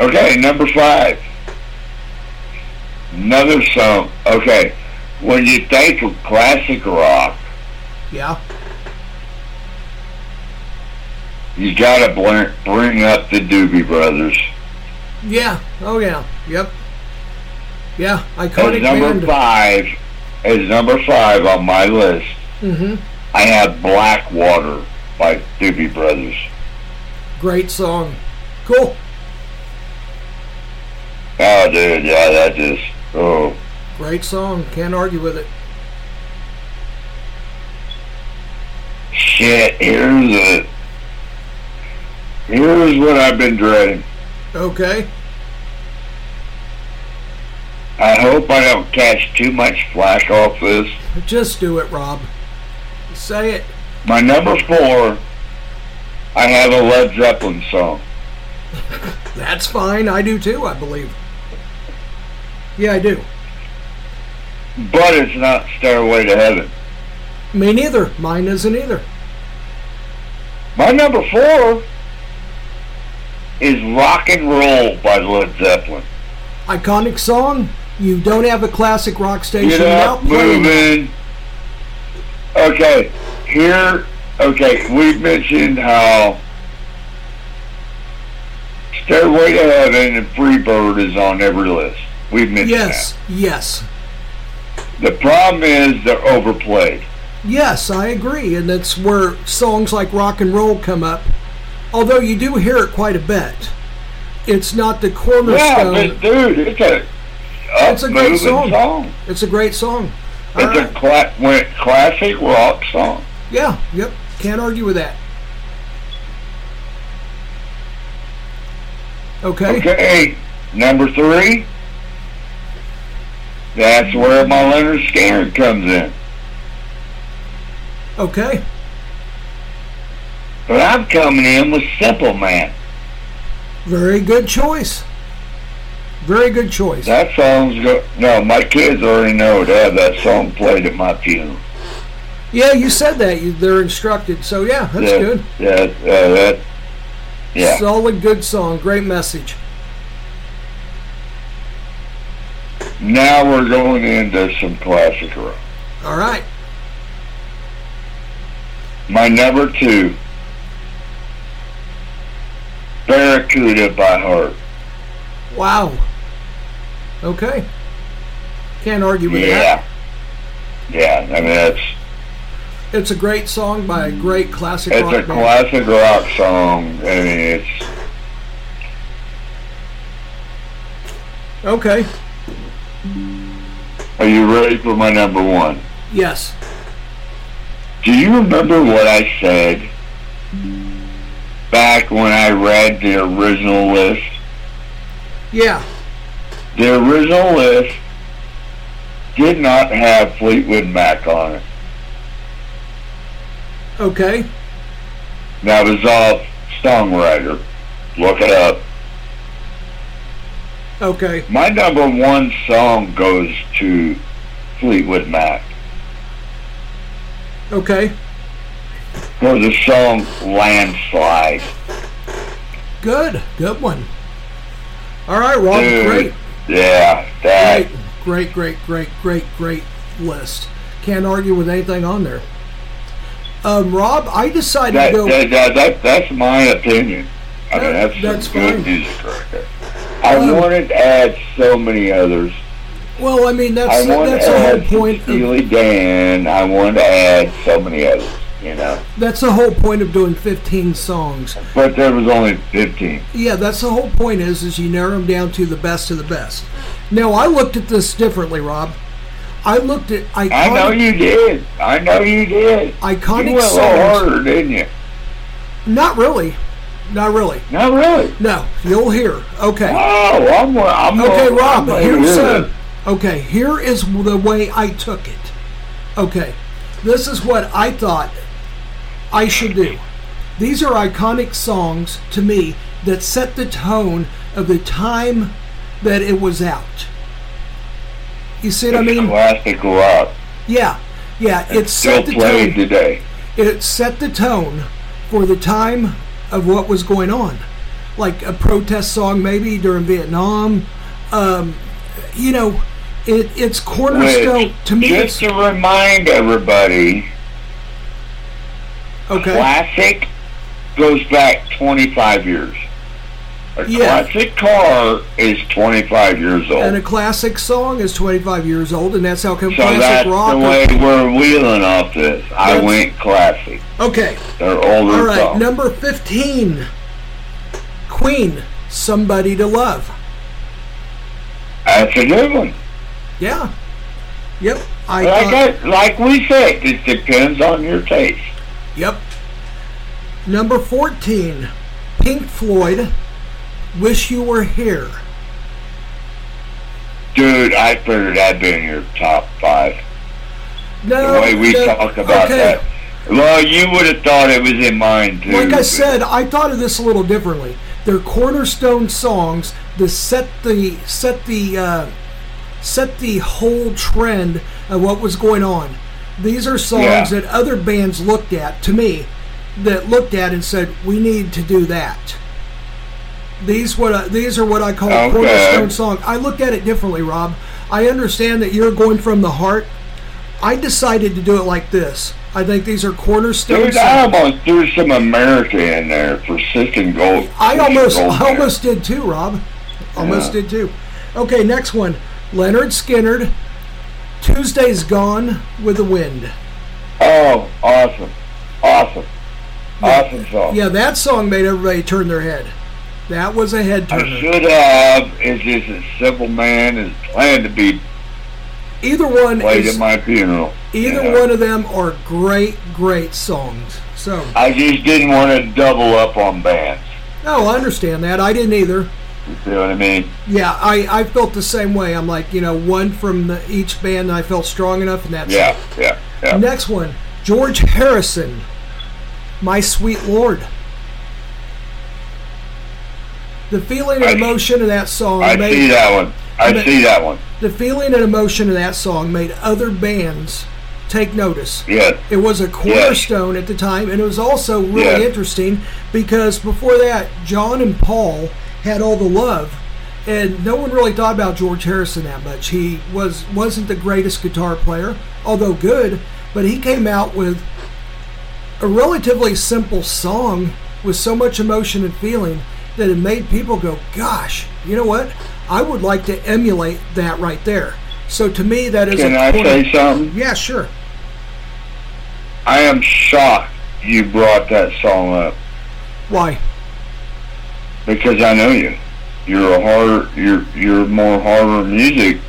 S7: Okay, number five. Another song. Okay, when you think of classic rock,
S5: Yeah.
S7: you gotta bring, bring up the Doobie Brothers.
S5: Yeah. Oh, yeah. Yep. Yeah.
S7: As
S5: Iconic
S7: number
S5: band.
S7: five, as number five on my list,
S5: Mm-hmm.
S7: I have Blackwater by Doobie Brothers.
S5: Great song. Cool.
S7: Oh, dude, yeah, that just, oh.
S5: Great song. Can't argue with it.
S7: Shit, here's it. Here's what I've been dreading.
S5: Okay.
S7: I hope I don't catch too much flack off this.
S5: Just do it, Rob. Say it.
S7: My number four, I have a Led Zeppelin song.
S5: That's fine. I do too, I believe. Yeah, I do.
S7: But it's not Stairway to Heaven.
S5: Me neither. Mine isn't either.
S7: My number four is Rock and Roll by Led Zeppelin.
S5: Iconic song. You don't have a classic rock station
S7: Get
S5: without
S7: up,
S5: playing. it.
S7: moving. Okay, here. Okay, we've mentioned how Stairway to Heaven and Freebird is on every list. We've mentioned
S5: Yes, yes,
S7: that. The problem is they're overplayed.
S5: yes, I agree. And that's where songs like rock and roll come up. Although you do hear it quite a bit. It's not the
S7: Yeah,
S5: cornerstone.
S7: but dude, it's a
S5: it's uh, a great
S7: up-moving
S5: song.
S7: song.
S5: It's a great song. All
S7: It's a cla- went classic rock song.
S5: Yeah, yep. Can't argue with that. Okay.
S7: Okay, number three. That's where my Leonard Skinner comes in.
S5: Okay.
S7: But I'm coming in with Simple Man.
S5: Very good choice. Very good choice.
S7: That song's go. No, my kids already know to have that song played at my funeral.
S5: Yeah, you said that. You, they're instructed. So, yeah, that's
S7: yeah,
S5: good.
S7: Yeah, uh, that. Yeah.
S5: Solid, good song. Great message.
S7: now we're going into some classic rock.
S5: All right.
S7: My number two, Barracuda by Heart.
S5: Wow. Okay. Can't argue with
S7: Yeah. Yeah, I mean, that's
S5: that. It's a great song by a great classic
S7: It's
S5: rock
S7: a
S5: band.
S7: classic rock song. I mean, it's
S5: Okay.
S7: Are you ready for my number one?
S5: Yes.
S7: Do you remember what I said back when I read the original list?
S5: Yeah.
S7: The original list did not have Fleetwood Mac on it.
S5: Okay.
S7: That was off Songwriter. Look it up.
S5: Okay.
S7: My number one song goes to Fleetwood Mac
S5: Okay.
S7: for the song Landslide.
S5: Good. Good one. All right, Rob.
S7: Dude,
S5: Great.
S7: Yeah, that.
S5: Great, great, great, great, great, great list. Can't argue with anything on there. Um, Rob, I decided
S7: that,
S5: to go.
S7: that, that, that, that's my opinion. I mean,
S5: That-
S7: that's,
S5: that's
S7: some good
S5: fine.
S7: music right there. I
S5: Um,
S7: wanted to add so many others.
S5: well, I mean, that's
S7: I wanted
S5: that's
S7: to
S5: the
S7: add
S5: whole point. Of,
S7: Steely Dan. I wanted to add so many others, you know.
S5: that's the whole point of doing 15 songs.
S7: But there was only 15.
S5: Yeah, that's the whole point. Is is you narrow them down to the best of the best. Now, I looked at this differently, Rob. I looked at iconic,
S7: I know you did. I know you did.
S5: iconic
S7: you went a little
S5: songs.
S7: harder, didn't you?
S5: Not really. Not really.
S7: Not really.
S5: No, you'll hear. Okay.
S7: Oh, I'm, I'm
S5: Okay,
S7: I'm-
S5: Rob,
S7: Oh, I'm
S5: here's
S7: good.
S5: uh Okay, here is the way I took it. Okay, this is what I thought I should do. These are iconic songs to me that set the tone of the time that it was out. You see what I
S7: It's
S5: mean?
S7: classic rock.
S5: Yeah, yeah. It
S7: Still
S5: set the
S7: played
S5: tone.
S7: today.
S5: It set the tone for the time of what was going on, like a protest song maybe during Vietnam. Um, you know, it it's cornerstone
S7: Which,
S5: to me.
S7: just
S5: it's-
S7: to remind everybody,
S5: okay,
S7: classic goes back 25 years. A
S5: Yeah.
S7: classic car is 25 years old.
S5: and a classic song is 25 years old, and that's how come
S7: so that's
S5: classic rock.
S7: the
S5: or-
S7: way we're wheeling off this. I
S5: That's-
S7: went classic.
S5: okay,
S7: They're older
S5: all right.
S7: songs.
S5: Number 15, Queen, "Somebody to Love."
S7: That's a good one.
S5: Yeah, yep. I
S7: Like,
S5: thought-
S7: I, like we said, it depends on your taste.
S5: Yep. Number 14, Pink Floyd, Wish You Were Here.
S7: Dude, I figured that'd be in your top five.
S5: No,
S7: The way we
S5: no,
S7: talk about
S5: Uh, okay.
S7: that. Well, you would have thought it was in mine, too.
S5: Like I
S7: but-
S5: said, I thought of this a little differently. They're cornerstone songs that set the set the uh, set the whole trend of what was going on. These are songs
S7: Yeah.
S5: that other bands looked at to me that looked at and said, "We need to do that." These what I, these are what I call
S7: Okay.
S5: cornerstone song. I looked at it differently, Rob. I understand that you're going from the heart. I decided to do it like this. I think these are cornerstone
S7: Dude, I
S5: songs.
S7: almost threw some America in there for Siskin Gold.
S5: I
S7: Siskin
S5: almost,
S7: Gold
S5: I
S7: there.
S5: almost did too, Rob. Almost did too. Okay, next one. Leonard Skinnard. Tuesday's gone with the wind.
S7: Oh, awesome. Awesome. Awesome song.
S5: Yeah, that song made everybody turn their head. That was a head
S7: I
S5: turner.
S7: should have. It's just a simple man is planned to be
S5: Either one
S7: played
S5: is
S7: at my funeral.
S5: either
S7: Yeah.
S5: one of them are great, great songs. So
S7: I just didn't want to double up on bands.
S5: no, I understand that. I didn't either.
S7: You see what I mean?
S5: Yeah, I, I felt the same way. I'm like, you know, one from the, each band, I felt strong enough, and that's
S7: Yeah, yeah, yeah.
S5: Next one, George Harrison, My Sweet Lord. The feeling and
S7: I-
S5: emotion of that song
S7: I
S5: made
S7: see that one. I
S5: But-
S7: see that one.
S5: the feeling and emotion of that song made other bands take notice.
S7: Yes.
S5: It was a cornerstone at the time, and it was also really
S7: Yes.
S5: interesting because before that, John and Paul had all the love, and no one really thought about George Harrison that much. He was wasn't the greatest guitar player, although good, but he came out with a relatively simple song with so much emotion and feeling that it made people go, "Gosh, you know what? I would like to emulate that right there." So to me, that is
S7: Can
S5: a
S7: I
S5: corner-
S7: say something?
S5: Yeah, sure.
S7: I am shocked you brought that song up
S5: Why?
S7: because I know you. You're a harder. You're you're more harder music.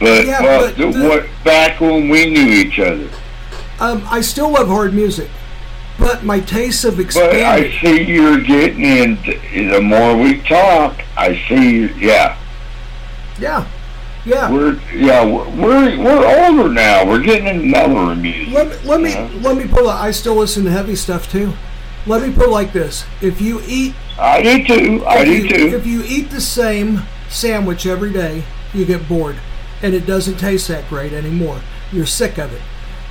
S7: But,
S5: Yeah,
S7: well,
S5: but
S7: th-
S5: the-
S7: what back when we knew each other.
S5: Um, I still love hard music, but my tastes have
S7: But I
S5: expanded.
S7: see you're getting in. The more we talk, I see. you- Yeah,
S5: yeah, yeah.
S7: we're yeah we're we're, we're older now. We're getting in another music.
S5: Let, me- let me
S7: you know?
S5: let me put. it- I still listen to heavy stuff too. Let me put it like this: if you eat
S7: I do too. I do
S5: if you,
S7: too.
S5: if you eat the same sandwich every day, you get bored, and it doesn't taste that great anymore. You're sick of it.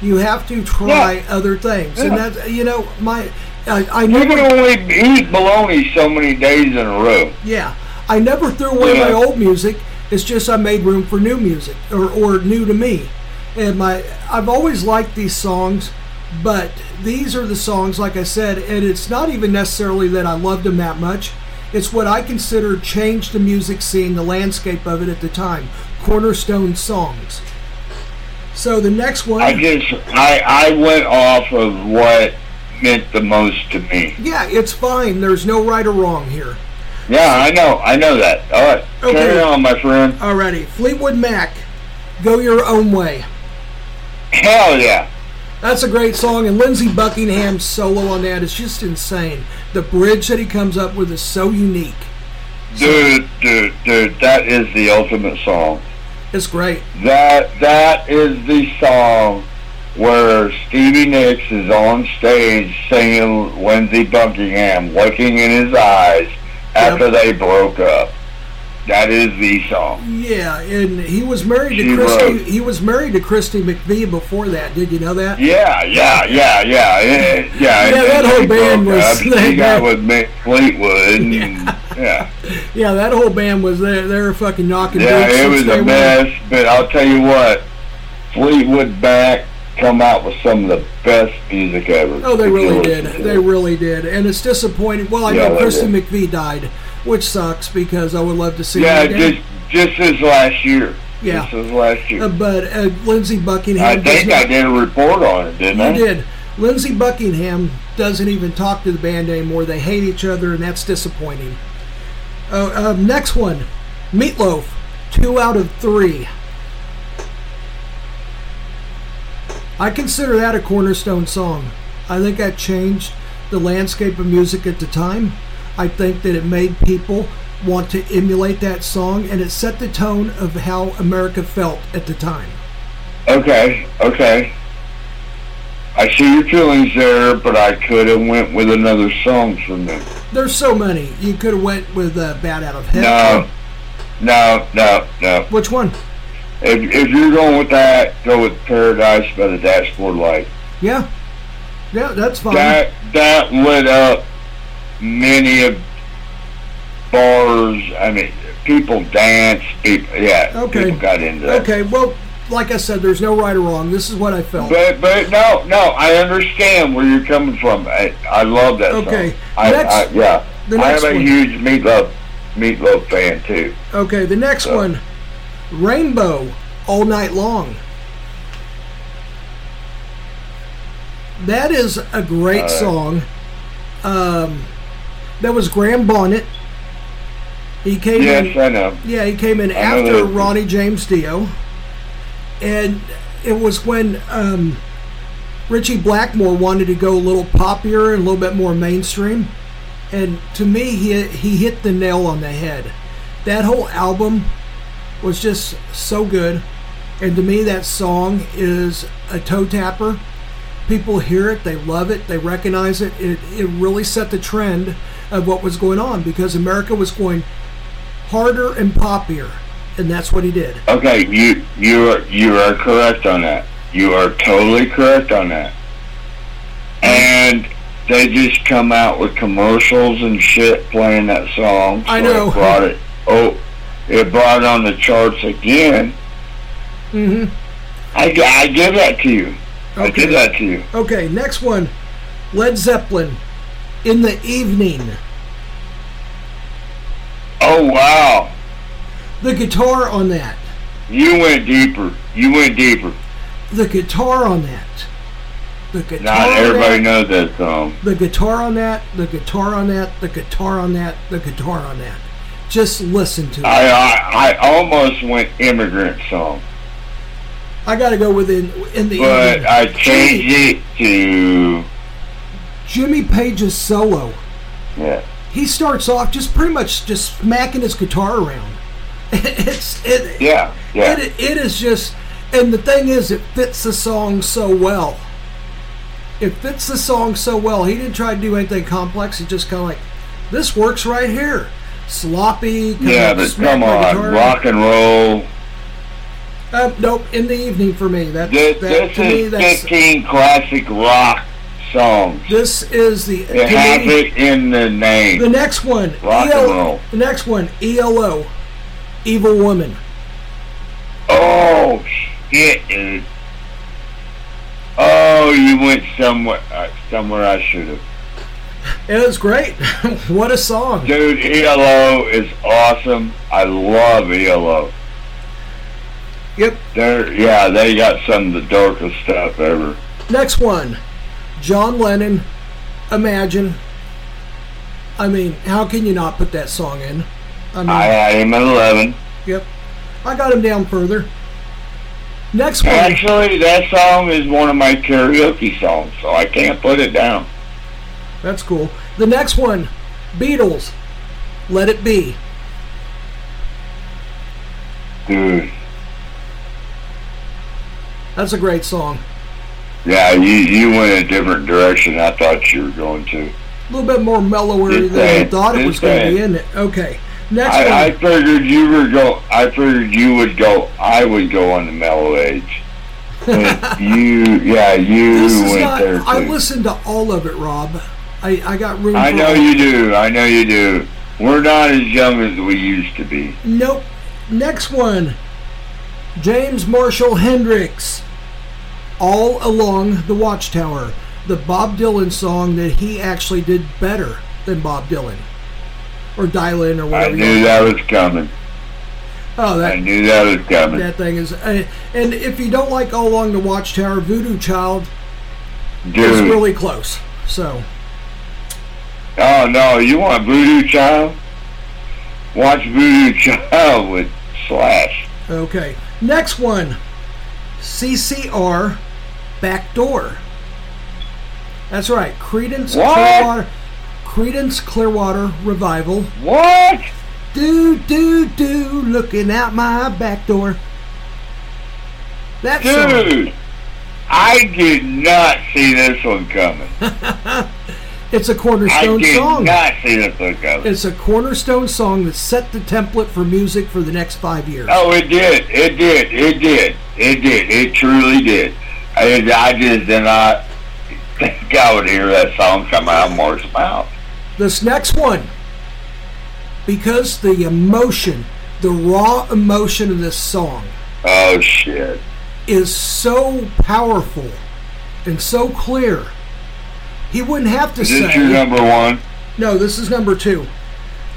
S5: You have to try
S7: Yeah.
S5: other things, and
S7: Yeah.
S5: that's you know my. I, I
S7: You
S5: never
S7: can only eat bologna so many days in a row.
S5: Yeah, I never threw away my
S7: Yeah.
S5: old music. It's just I made room for new music or, or new to me. And my I've always liked these songs, but these are the songs like I said, and it's not even necessarily that I loved them that much. It's what I consider changed the music scene, the landscape of it at the time. Cornerstone songs. So the next one,
S7: I just I I went off of what meant the most to me.
S5: yeah, it's fine. There's no right or wrong here.
S7: Yeah, I know, I know that. All right,
S5: Okay.
S7: carry on, my friend.
S5: Alrighty, Fleetwood Mac, go your own way.
S7: Hell yeah,
S5: That's a great song, and Lindsey Buckingham's solo on that is just insane. The bridge that he comes up with is so unique.
S7: dude, dude, dude. That is the ultimate song.
S5: It's great.
S7: That that is the song where Stevie Nicks is on stage singing Lindsey Buckingham, looking in his eyes after they broke up. That is the song.
S5: Yeah, and he was married to
S7: She
S5: Christy.
S7: wrote-
S5: He was married to Christy McVie before that. Did you know that?
S7: Yeah, yeah, yeah, yeah, yeah. Yeah, and
S5: Yeah, that
S7: then
S5: whole
S7: she
S5: band
S7: broke
S5: was-
S7: Up. She got with Mick Fleetwood. And, yeah,
S5: Yeah, that whole band was there. They were fucking knocking.
S7: yeah,
S5: boots
S7: it
S5: since
S7: was
S5: day
S7: a
S5: one.
S7: mess. But I'll tell you what, Fleetwood back come out with some of the best music ever.
S5: Oh, they
S7: If you
S5: really
S7: listen
S5: did.
S7: to
S5: They
S7: it.
S5: really did, and it's disappointing. Well, I
S7: Yeah,
S5: know
S7: they
S5: Christy
S7: did.
S5: McVie died, which sucks because I would love to see.
S7: Yeah,
S5: her again.
S7: just just this last year.
S5: Yeah.
S7: Just this last year.
S5: Uh, but uh, Lindsey Buckingham.
S7: I
S5: does
S7: think
S5: not-
S7: I did a report on it, didn't I?
S5: You did. Lindsey Buckingham doesn't even talk to the band anymore. They hate each other, and that's disappointing. Uh, um, next one Meatloaf, two out of three. I consider that a cornerstone song. I think that changed the landscape of music at the time. I think that it made people want to emulate that song, and it set the tone of how America felt at the time.
S7: Okay, okay. I see your feelings there, but I could have went with another song from them.
S5: There's so many. You could have went with uh, "Bat Out of Hell."
S7: No, no, no, no.
S5: Which one?
S7: If, if you're going with that, go with Paradise by the Dashboard Light.
S5: Yeah, yeah, that's fine.
S7: That that lit up many of bars. I mean, people danced. People, yeah,
S5: Okay.
S7: people got into that.
S5: okay, well, like I said, there's no right or wrong. This is what I felt.
S7: But but no no I understand where you're coming from. I, I love that
S5: Okay.
S7: song. I,
S5: Next-
S7: I, yeah.
S5: the
S7: I
S5: next
S7: am a
S5: one.
S7: huge Meatloaf meatloaf fan too.
S5: Okay, the next
S7: So-
S5: one Rainbow All Night Long. That is a great
S7: Alright.
S5: song. Um, that was Graham Bonnet. He came
S7: Yes,
S5: in,
S7: I know.
S5: yeah, he came in
S7: I know
S5: after
S7: that-
S5: Ronnie James Dio. And it was when um, Richie Blackmore wanted to go a little poppier and a little bit more mainstream. And to me, he, he hit the nail on the head. That whole album was just so good. And to me, that song is a toe tapper. People hear it, they love it, they recognize it. It, it really set the trend of what was going on because America was going harder and poppier. And that's what he did.
S7: Okay, you you are you are correct on that. You are totally correct on that. And they just come out with commercials and shit playing that song.
S5: I
S7: so it
S5: know.
S7: brought it. Oh, it brought it on the charts again.
S5: hmm
S7: I, gi- I give that to you. I give
S5: Okay.
S7: that to you.
S5: Okay, next one Led Zeppelin, In the Evening.
S7: Oh wow,
S5: The guitar on that.
S7: you went deeper. You went deeper.
S5: The guitar on that. The guitar.
S7: Not
S5: on
S7: everybody
S5: that.
S7: knows that song.
S5: the guitar on that, the guitar on that, the guitar on that, the guitar on that. Just listen to
S7: I
S5: it.
S7: I, I almost went immigrant song.
S5: I got to go with in, in the
S7: But
S5: evening.
S7: I changed it to
S5: Jimmy Page's solo.
S7: yeah.
S5: He starts off just pretty much just smacking his guitar around. it's it,
S7: Yeah, yeah.
S5: it it is just and the thing is it fits the song so well. It fits the song so well. He didn't try to do anything complex. He just kind of like this works right here. Sloppy. kinda
S7: yeah, but
S5: smack
S7: come
S5: my
S7: on,
S5: guitar.
S7: rock and roll.
S5: Uh, nope, in the evening for me. That,
S7: This,
S5: that
S7: this
S5: to me
S7: is
S5: that's
S7: 15 classic rock songs.
S5: this is the
S7: It
S5: to
S7: has
S5: me,
S7: it in the name.
S5: the next one. E
S7: Rock and roll.
S5: The next one, ELO, Evil Woman.
S7: oh, shit, dude. Oh, you went somewhere, uh, somewhere I should have.
S5: It was great. what a song.
S7: Dude, ELO is awesome. I love ELO.
S5: Yep.
S7: They're, yeah, they got some of the darkest stuff ever.
S5: Next one, John Lennon, Imagine. I mean, how can you not put that song in? I mean,
S7: I had him at 11.
S5: yep. I got him down further. Next one.
S7: Actually, that song is one of my karaoke songs, so I can't put it down.
S5: That's cool. The next one, Beatles, Let It Be.
S7: Dude,
S5: That's a great song.
S7: yeah, you, you went a different direction I thought you were going to.
S5: A little bit more mellower
S7: Just
S5: than I
S7: saying,
S5: thought it
S7: just
S5: was going to be,
S7: saying.
S5: isn't it? Okay. Next one.
S7: I, I figured you were go. I figured you would go. I would go on the mellow age. But you, yeah, you
S5: this is
S7: went
S5: not,
S7: there too.
S5: I listened to all of it, Rob. I, I got room
S7: I
S5: for
S7: know
S5: all-
S7: you do. I know you do. We're not as young as we used to be.
S5: Nope. Next one. James Marshall Hendrix. All Along the Watchtower. The Bob Dylan song that he actually did better than Bob Dylan. Or Dylan or
S7: I
S5: whatever. you
S7: knew
S5: want.
S7: that was coming.
S5: Oh, that,
S7: I knew that was coming.
S5: that thing is. Uh, and if you don't like All Along the Watchtower, Voodoo Child is
S7: Dude,
S5: really close. So.
S7: Oh no, you want Voodoo Child? Watch Voodoo Child with Slash.
S5: Okay. Next one. CCR Backdoor. That's right. Credence
S7: What?
S5: Clearwater Credence Clearwater Revival.
S7: What?
S5: Do do do looking out my back door. That song.
S7: Dude, I did not see this one coming.
S5: It's a
S7: I
S5: cornerstone
S7: did
S5: song.
S7: not see this one coming.
S5: It's a cornerstone song that set the template for music for the next five years.
S7: Oh, it did. It did. It did. It did. It truly did. I, I just did not think I would hear that song come out of Mark's mouth.
S5: This next one, because the emotion, the raw emotion of this song,
S7: Oh, shit.
S5: is so powerful and so clear. He wouldn't have to
S7: Is
S5: say
S7: this your number one?
S5: no. This is number two.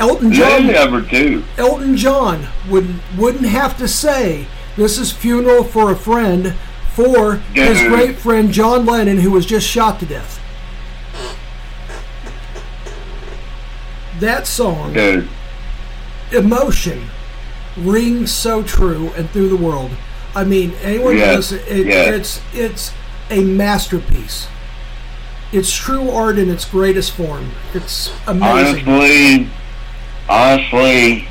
S5: Elton John.
S7: They never do.
S5: Elton John would wouldn't have to say this is funeral for a friend for his
S7: Dude.
S5: great friend John Lennon who was just shot to death. That song,
S7: Dude,
S5: emotion, rings so true and through the world. I mean, anyone
S7: Yes,
S5: who listen, it,
S7: yes.
S5: it's it's a masterpiece. It's true art in its greatest form. It's amazing.
S7: honestly, honestly,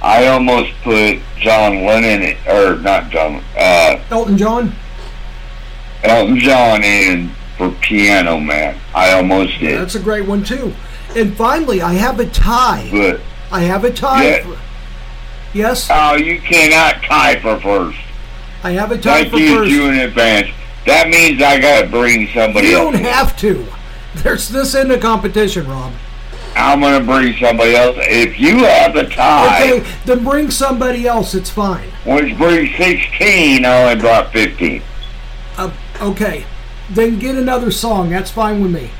S7: I almost put John Lennon, or not John, uh,
S5: Elton John.
S7: Elton John in for Piano Man. I almost
S5: Yeah,
S7: did.
S5: That's a great one too. And finally, I have a tie.
S7: But,
S5: I have a tie.
S7: Yeah.
S5: for- yes,
S7: oh, you cannot tie for first.
S5: I have a tie
S7: Thank
S5: for
S7: you,
S5: first.
S7: you in advance. That means I gotta bring somebody
S5: You
S7: else.
S5: don't
S7: in.
S5: have to. There's this in the competition, Rob.
S7: I'm gonna bring somebody else. If you have the tie,
S5: Okay, then bring somebody else. It's fine.
S7: which brings 16, I only brought 15.
S5: Uh, okay, then get another song. That's fine with me.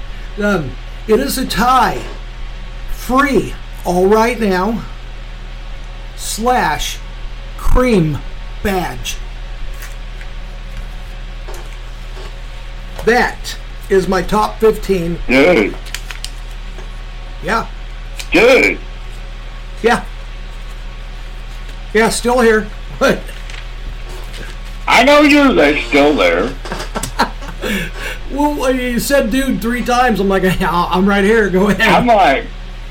S5: Um, it is a tie. Free, all right now. Slash, cream badge. That is my top 15.
S7: Dude,
S5: Yeah,
S7: dude,
S5: yeah. Yeah, still here. But
S7: I know you're there, still there.
S5: well, you said dude three times. I'm like, "Yeah, I'm right here. Go ahead.
S7: I'm like,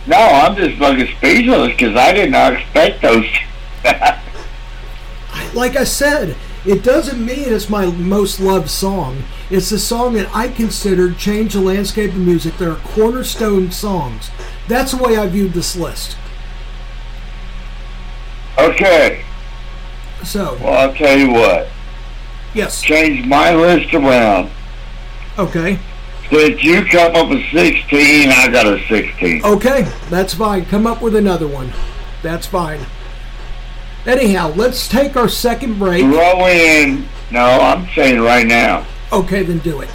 S7: no, I'm just fucking speechless because I did not expect those.
S5: like I said, it doesn't mean it's my most loved song. It's the song that I considered change the landscape of music. They're cornerstone songs. That's the way I viewed this list.
S7: okay,
S5: So,
S7: well, I'll tell you what.
S5: yes.
S7: Change my list around.
S5: Okay.
S7: Since you come up with 16, I got a 16.
S5: Okay. That's fine. Come up with another one. That's fine. Anyhow, let's take our second break.
S7: Throw in, no, I'm saying right now,
S5: Okay, then do it.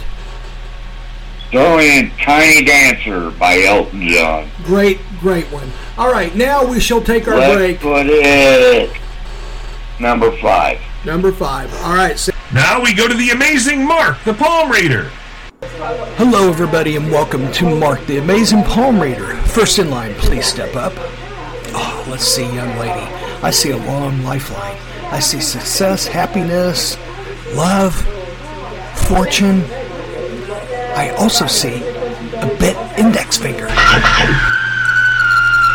S7: throw in Tiny Dancer by Elton John.
S5: Great, great one. All right, now we shall take our
S7: Let's
S5: break.
S7: put it number five.
S5: Number five. All right. So
S1: Now we go to the amazing Mark, the palm reader.
S9: Hello, everybody, and welcome to Mark the Amazing Palm Reader. First in line, please step up. Oh, let's see, young lady. I see a long lifeline. I see success, happiness, love, fortune. I also see a bit index finger.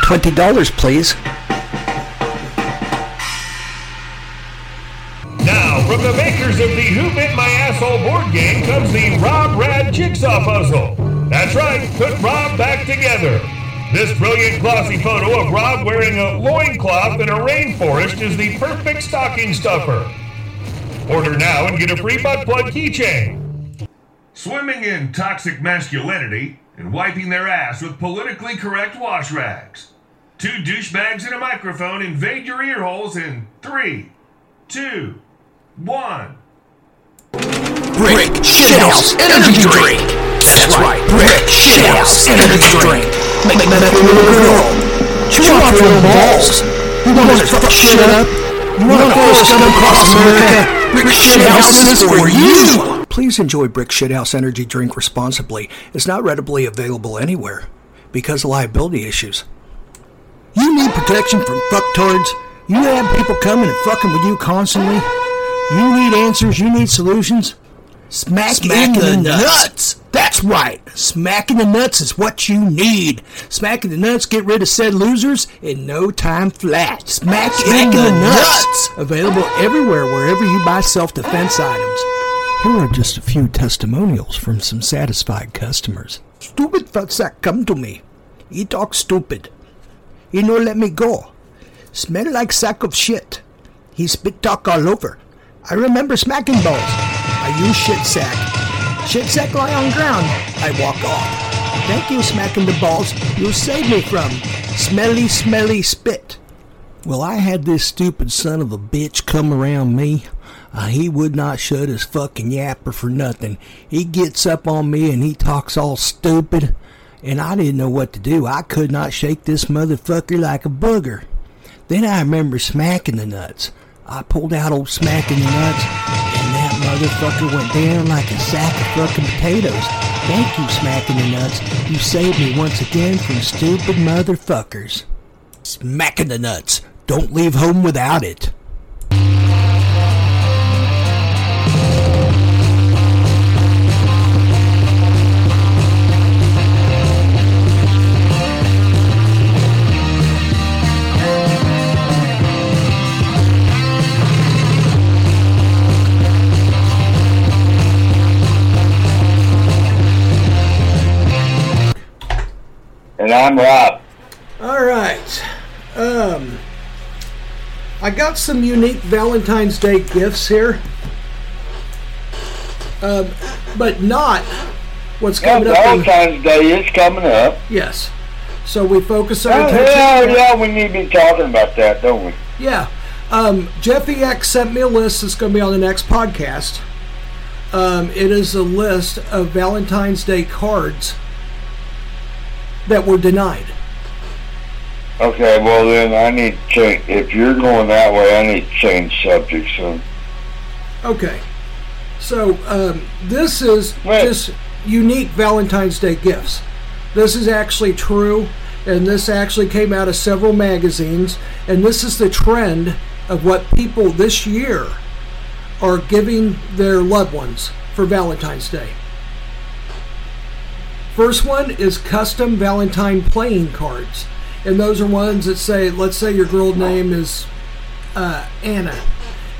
S9: $20, please.
S1: Now, from the makers of the Who Bit My Asshole board game comes the Rob Rad Jigsaw Puzzle. That's right, put Rob back together. This brilliant glossy photo of Rob wearing a loincloth in a rainforest is the perfect stocking stuffer. Order now and get a free butt plug keychain. Swimming in toxic masculinity and wiping their ass with politically correct wash rags. Two douchebags and a microphone invade your ear holes in three, two, one.
S9: Brick, shithouse, energy drink. That's right, brick, shithouse, energy drink. Make that little girl. Chew off your balls. You want to fuck shit up? You want to follow someone across America? Brick Shithouse is for you! Please enjoy Brick Shithouse energy drink responsibly. It's not readily available anywhere because of liability issues. You need protection from fucktards. You have people coming and fucking with you constantly. You need answers. You need solutions. Smack, in the, nuts. That's right. Smacking the nuts is what you need. Smacking the nuts get rid of said losers in no time flat. Smack, in the, nuts. Available everywhere wherever you buy self-defense items. Here are just a few testimonials from some satisfied customers. Stupid fucksack come to me. He talk stupid. He no let me go. Oh, Smell like sack of shit. He spit talk all over. I remember smacking balls. I use shit sack. Shit sack lie on ground. I walk off. Thank you, smacking the balls. You saved me from smelly, smelly spit. Well, I had this stupid son of a bitch come around me. Uh, he would not shut his fucking yapper for nothing. He gets up on me and he talks all stupid. and I didn't know what to do. I could not shake this motherfucker like a booger. Then I remember smacking the nuts. I pulled out old smacking the nuts, and that motherfucker went down like a sack of fucking potatoes. Thank you, smacking the nuts. You saved me once again from stupid motherfuckers. Smacking the nuts. Don't leave home without it.
S7: And I'm Rob.
S5: All right. Um, I got some unique Valentine's Day gifts here, um, but not what's
S7: Yeah,
S5: coming up. in-
S7: Valentine's Day is coming up.
S5: yes. So we focus our
S7: Oh,
S5: attention.
S7: yeah, yeah, we need to be talking about that, don't we?
S5: Yeah. Um, Jeffy X sent me a list that's going to be on the next podcast. Um, it is a list of Valentine's Day cards that were denied.
S7: Okay, well then I need to change. If you're going that way, I need to change subjects. So
S5: Okay. So um, this is just unique Valentine's Day gifts. This is actually true, and this actually came out of several magazines, and this is the trend of what people this year are giving their loved ones for Valentine's Day. First one is custom Valentine playing cards, and those are ones that say, let's say your girl name is uh, Anna.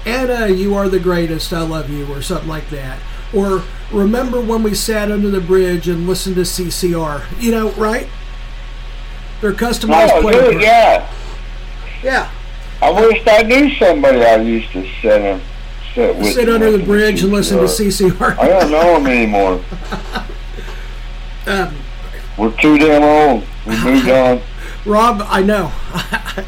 S5: Anna, you are the greatest. I love you, or something like that. Or remember when we sat under the bridge and listened to CCR? You know, right? They're customized
S7: Oh,
S5: playing
S7: dude,
S5: cards.
S7: yeah.
S5: Yeah.
S7: I wish I knew somebody I used to sit and sit with.
S5: Sit under the bridge and listen to CCR.
S7: I don't know him anymore.
S5: Um,
S7: We're too damn old. We moved on.
S5: Rob, I know.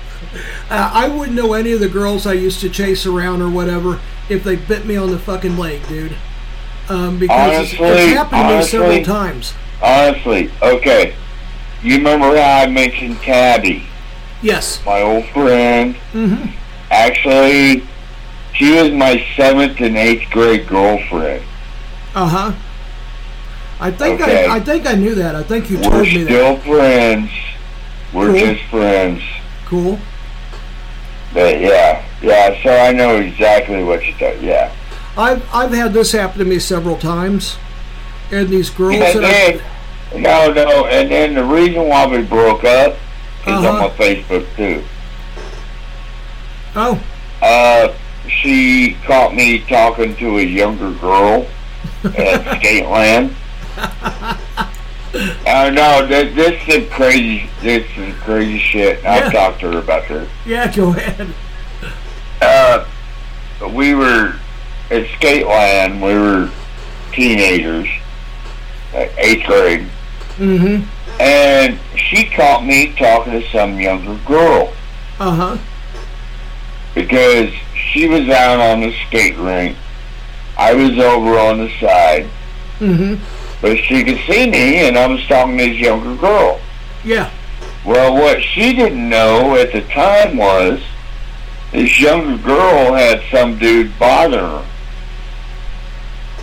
S5: Uh, I wouldn't know any of the girls I used to chase around or whatever if they bit me on the fucking leg, dude. Um, because it's-
S7: Honestly,
S5: it's happened to me several
S7: honestly.
S5: times.
S7: Honestly, okay. You remember how I mentioned Tabby,
S5: Yes.
S7: my old friend?
S5: Mm-hmm.
S7: Actually, she was my seventh and eighth grade girlfriend.
S5: Uh huh. I think
S7: Okay.
S5: I, I think I knew that. I think you
S7: We're
S5: told me that.
S7: still friends. We're
S5: Cool.
S7: just friends.
S5: Cool.
S7: But yeah, yeah, so I know exactly what you thought. Yeah.
S5: I've I've had this happen to me several times, and these girls
S7: Yeah,
S5: that I,
S7: then, no, no, and then the reason why we broke up is on
S5: Uh-huh.
S7: my Facebook too.
S5: oh
S7: Uh, she caught me talking to a younger girl at Skateland. I know this, this is the crazy. This is crazy shit.
S5: Yeah.
S7: I've talked to her about this.
S5: yeah, go ahead.
S7: Uh, we were at Skateland. We were teenagers, like eighth grade.
S5: Mm-hmm.
S7: and she caught me talking to some younger girl
S5: Uh huh.
S7: because she was out on the skate rink. I was over on the side,
S5: Mm-hmm.
S7: but she could see me, and I was talking to this younger girl.
S5: Yeah.
S7: Well, what she didn't know at the time was this younger girl had some dude bother her.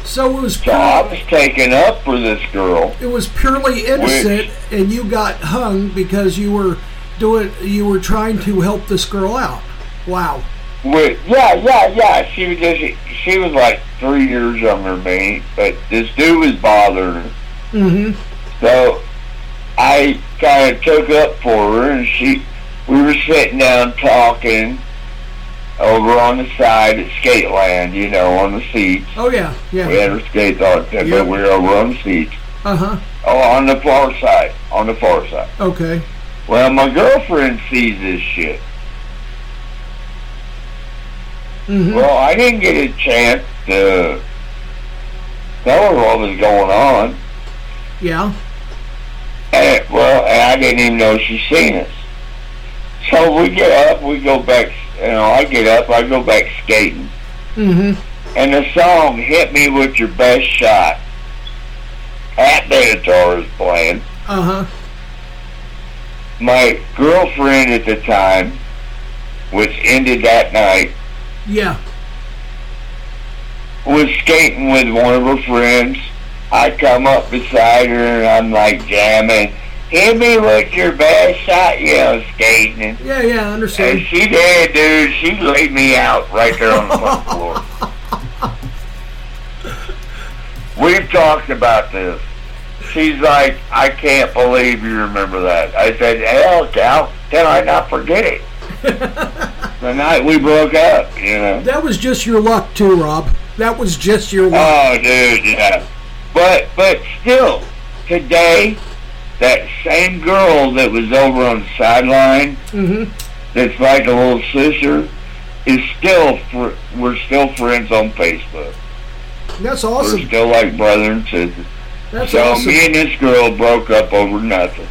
S5: So it was
S7: So I was taken up for this girl.
S5: it was purely innocent, and you got hung because you were doing you were trying to help this girl out. Wow.
S7: With, yeah, yeah, yeah. She was just she was like three years younger than me, but this dude was bothering her.
S5: Mm-hmm.
S7: So I kind of took up for her, and she, we were sitting down talking over on the side at Skateland, you know, on the seats.
S5: Oh yeah. Yeah.
S7: We had our skates on, but we were over on the seats.
S5: Uh huh.
S7: Oh, on the far side, on the far side.
S5: Okay.
S7: Well, my girlfriend sees this shit.
S5: Mm-hmm.
S7: Well, I didn't get a chance to tell her what was going on.
S5: Yeah.
S7: And, well, and I didn't even know she seen us. So we get up, we go back, you know, I get up, I go back skating.
S5: Mm-hmm.
S7: And the song, Hit Me With Your Best Shot, at Benatar is playing.
S5: Uh huh.
S7: My girlfriend at the time, which ended that night,
S5: Yeah.
S7: was skating with one of her friends. I come up beside her and I'm like jamming. Hit me with your best shot, you know, skating.
S5: Yeah, yeah, I
S7: And
S5: understand.
S7: she did, dude. She laid me out right there on the front floor. We've talked about this. She's like, I can't believe you remember that. I said, hell, Cal, can I not forget it? the night we broke up, you know.
S5: That was just your luck, too, Rob. That was just your luck.
S7: Oh, dude, yeah. But but still, today, that same girl that was over on the sideline,
S5: Mm-hmm.
S7: that's like a little sister, is still fr- we're still friends on Facebook.
S5: That's
S7: We're
S5: awesome.
S7: still like brother and sister.
S5: That's
S7: Oh. so
S5: awesome.
S7: me and this girl broke up over nothing.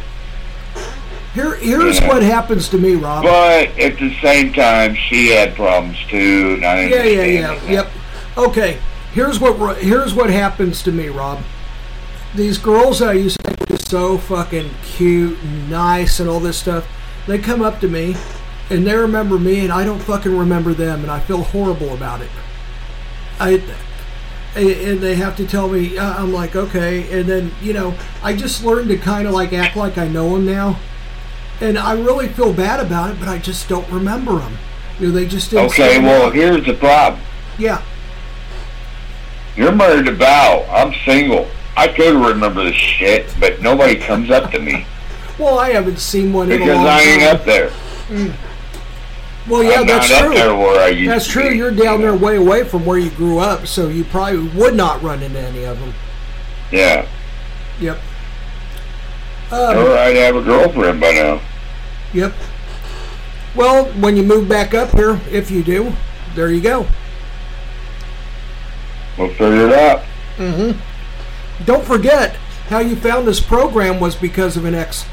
S5: Here, here's
S7: Yeah.
S5: what happens to me, Rob.
S7: But at the same time, she had problems too, and I
S5: yeah, yeah,
S7: understand.
S5: yeah.
S7: it now.
S5: Yep. Okay. Here's what ro- here's what happens to me, Rob. These girls that I used to think were so fucking cute and nice and all this stuff, they come up to me and they remember me and I don't fucking remember them and I feel horrible about it. I and and they have to tell me uh, I'm like okay and then you know I just learned to kind of like act like I know them now and I really feel bad about it but I just don't remember them you know they just didn't
S7: Okay,
S5: stand
S7: well,
S5: out.
S7: here's the problem.
S5: yeah
S7: You're married to Val. I'm single. I could remember this shit, but nobody comes up to me
S5: Well, I haven't seen one in a
S7: because
S5: long
S7: I ain't
S5: time.
S7: up there.
S5: Well, yeah,
S7: I'm
S5: that's
S7: not
S5: true.
S7: up there where I used
S5: that's
S7: to
S5: true.
S7: be.
S5: You're down there way away from where you grew up, so you probably would not run into any of them.
S7: Yeah.
S5: Yep.
S7: Or
S5: Um,
S7: I'd have a girlfriend by now.
S5: Yep. Well, when you move back up here, if you do, there you go.
S7: We'll figure it out.
S5: Mm-hmm. Don't forget how you found this program was because of an ex.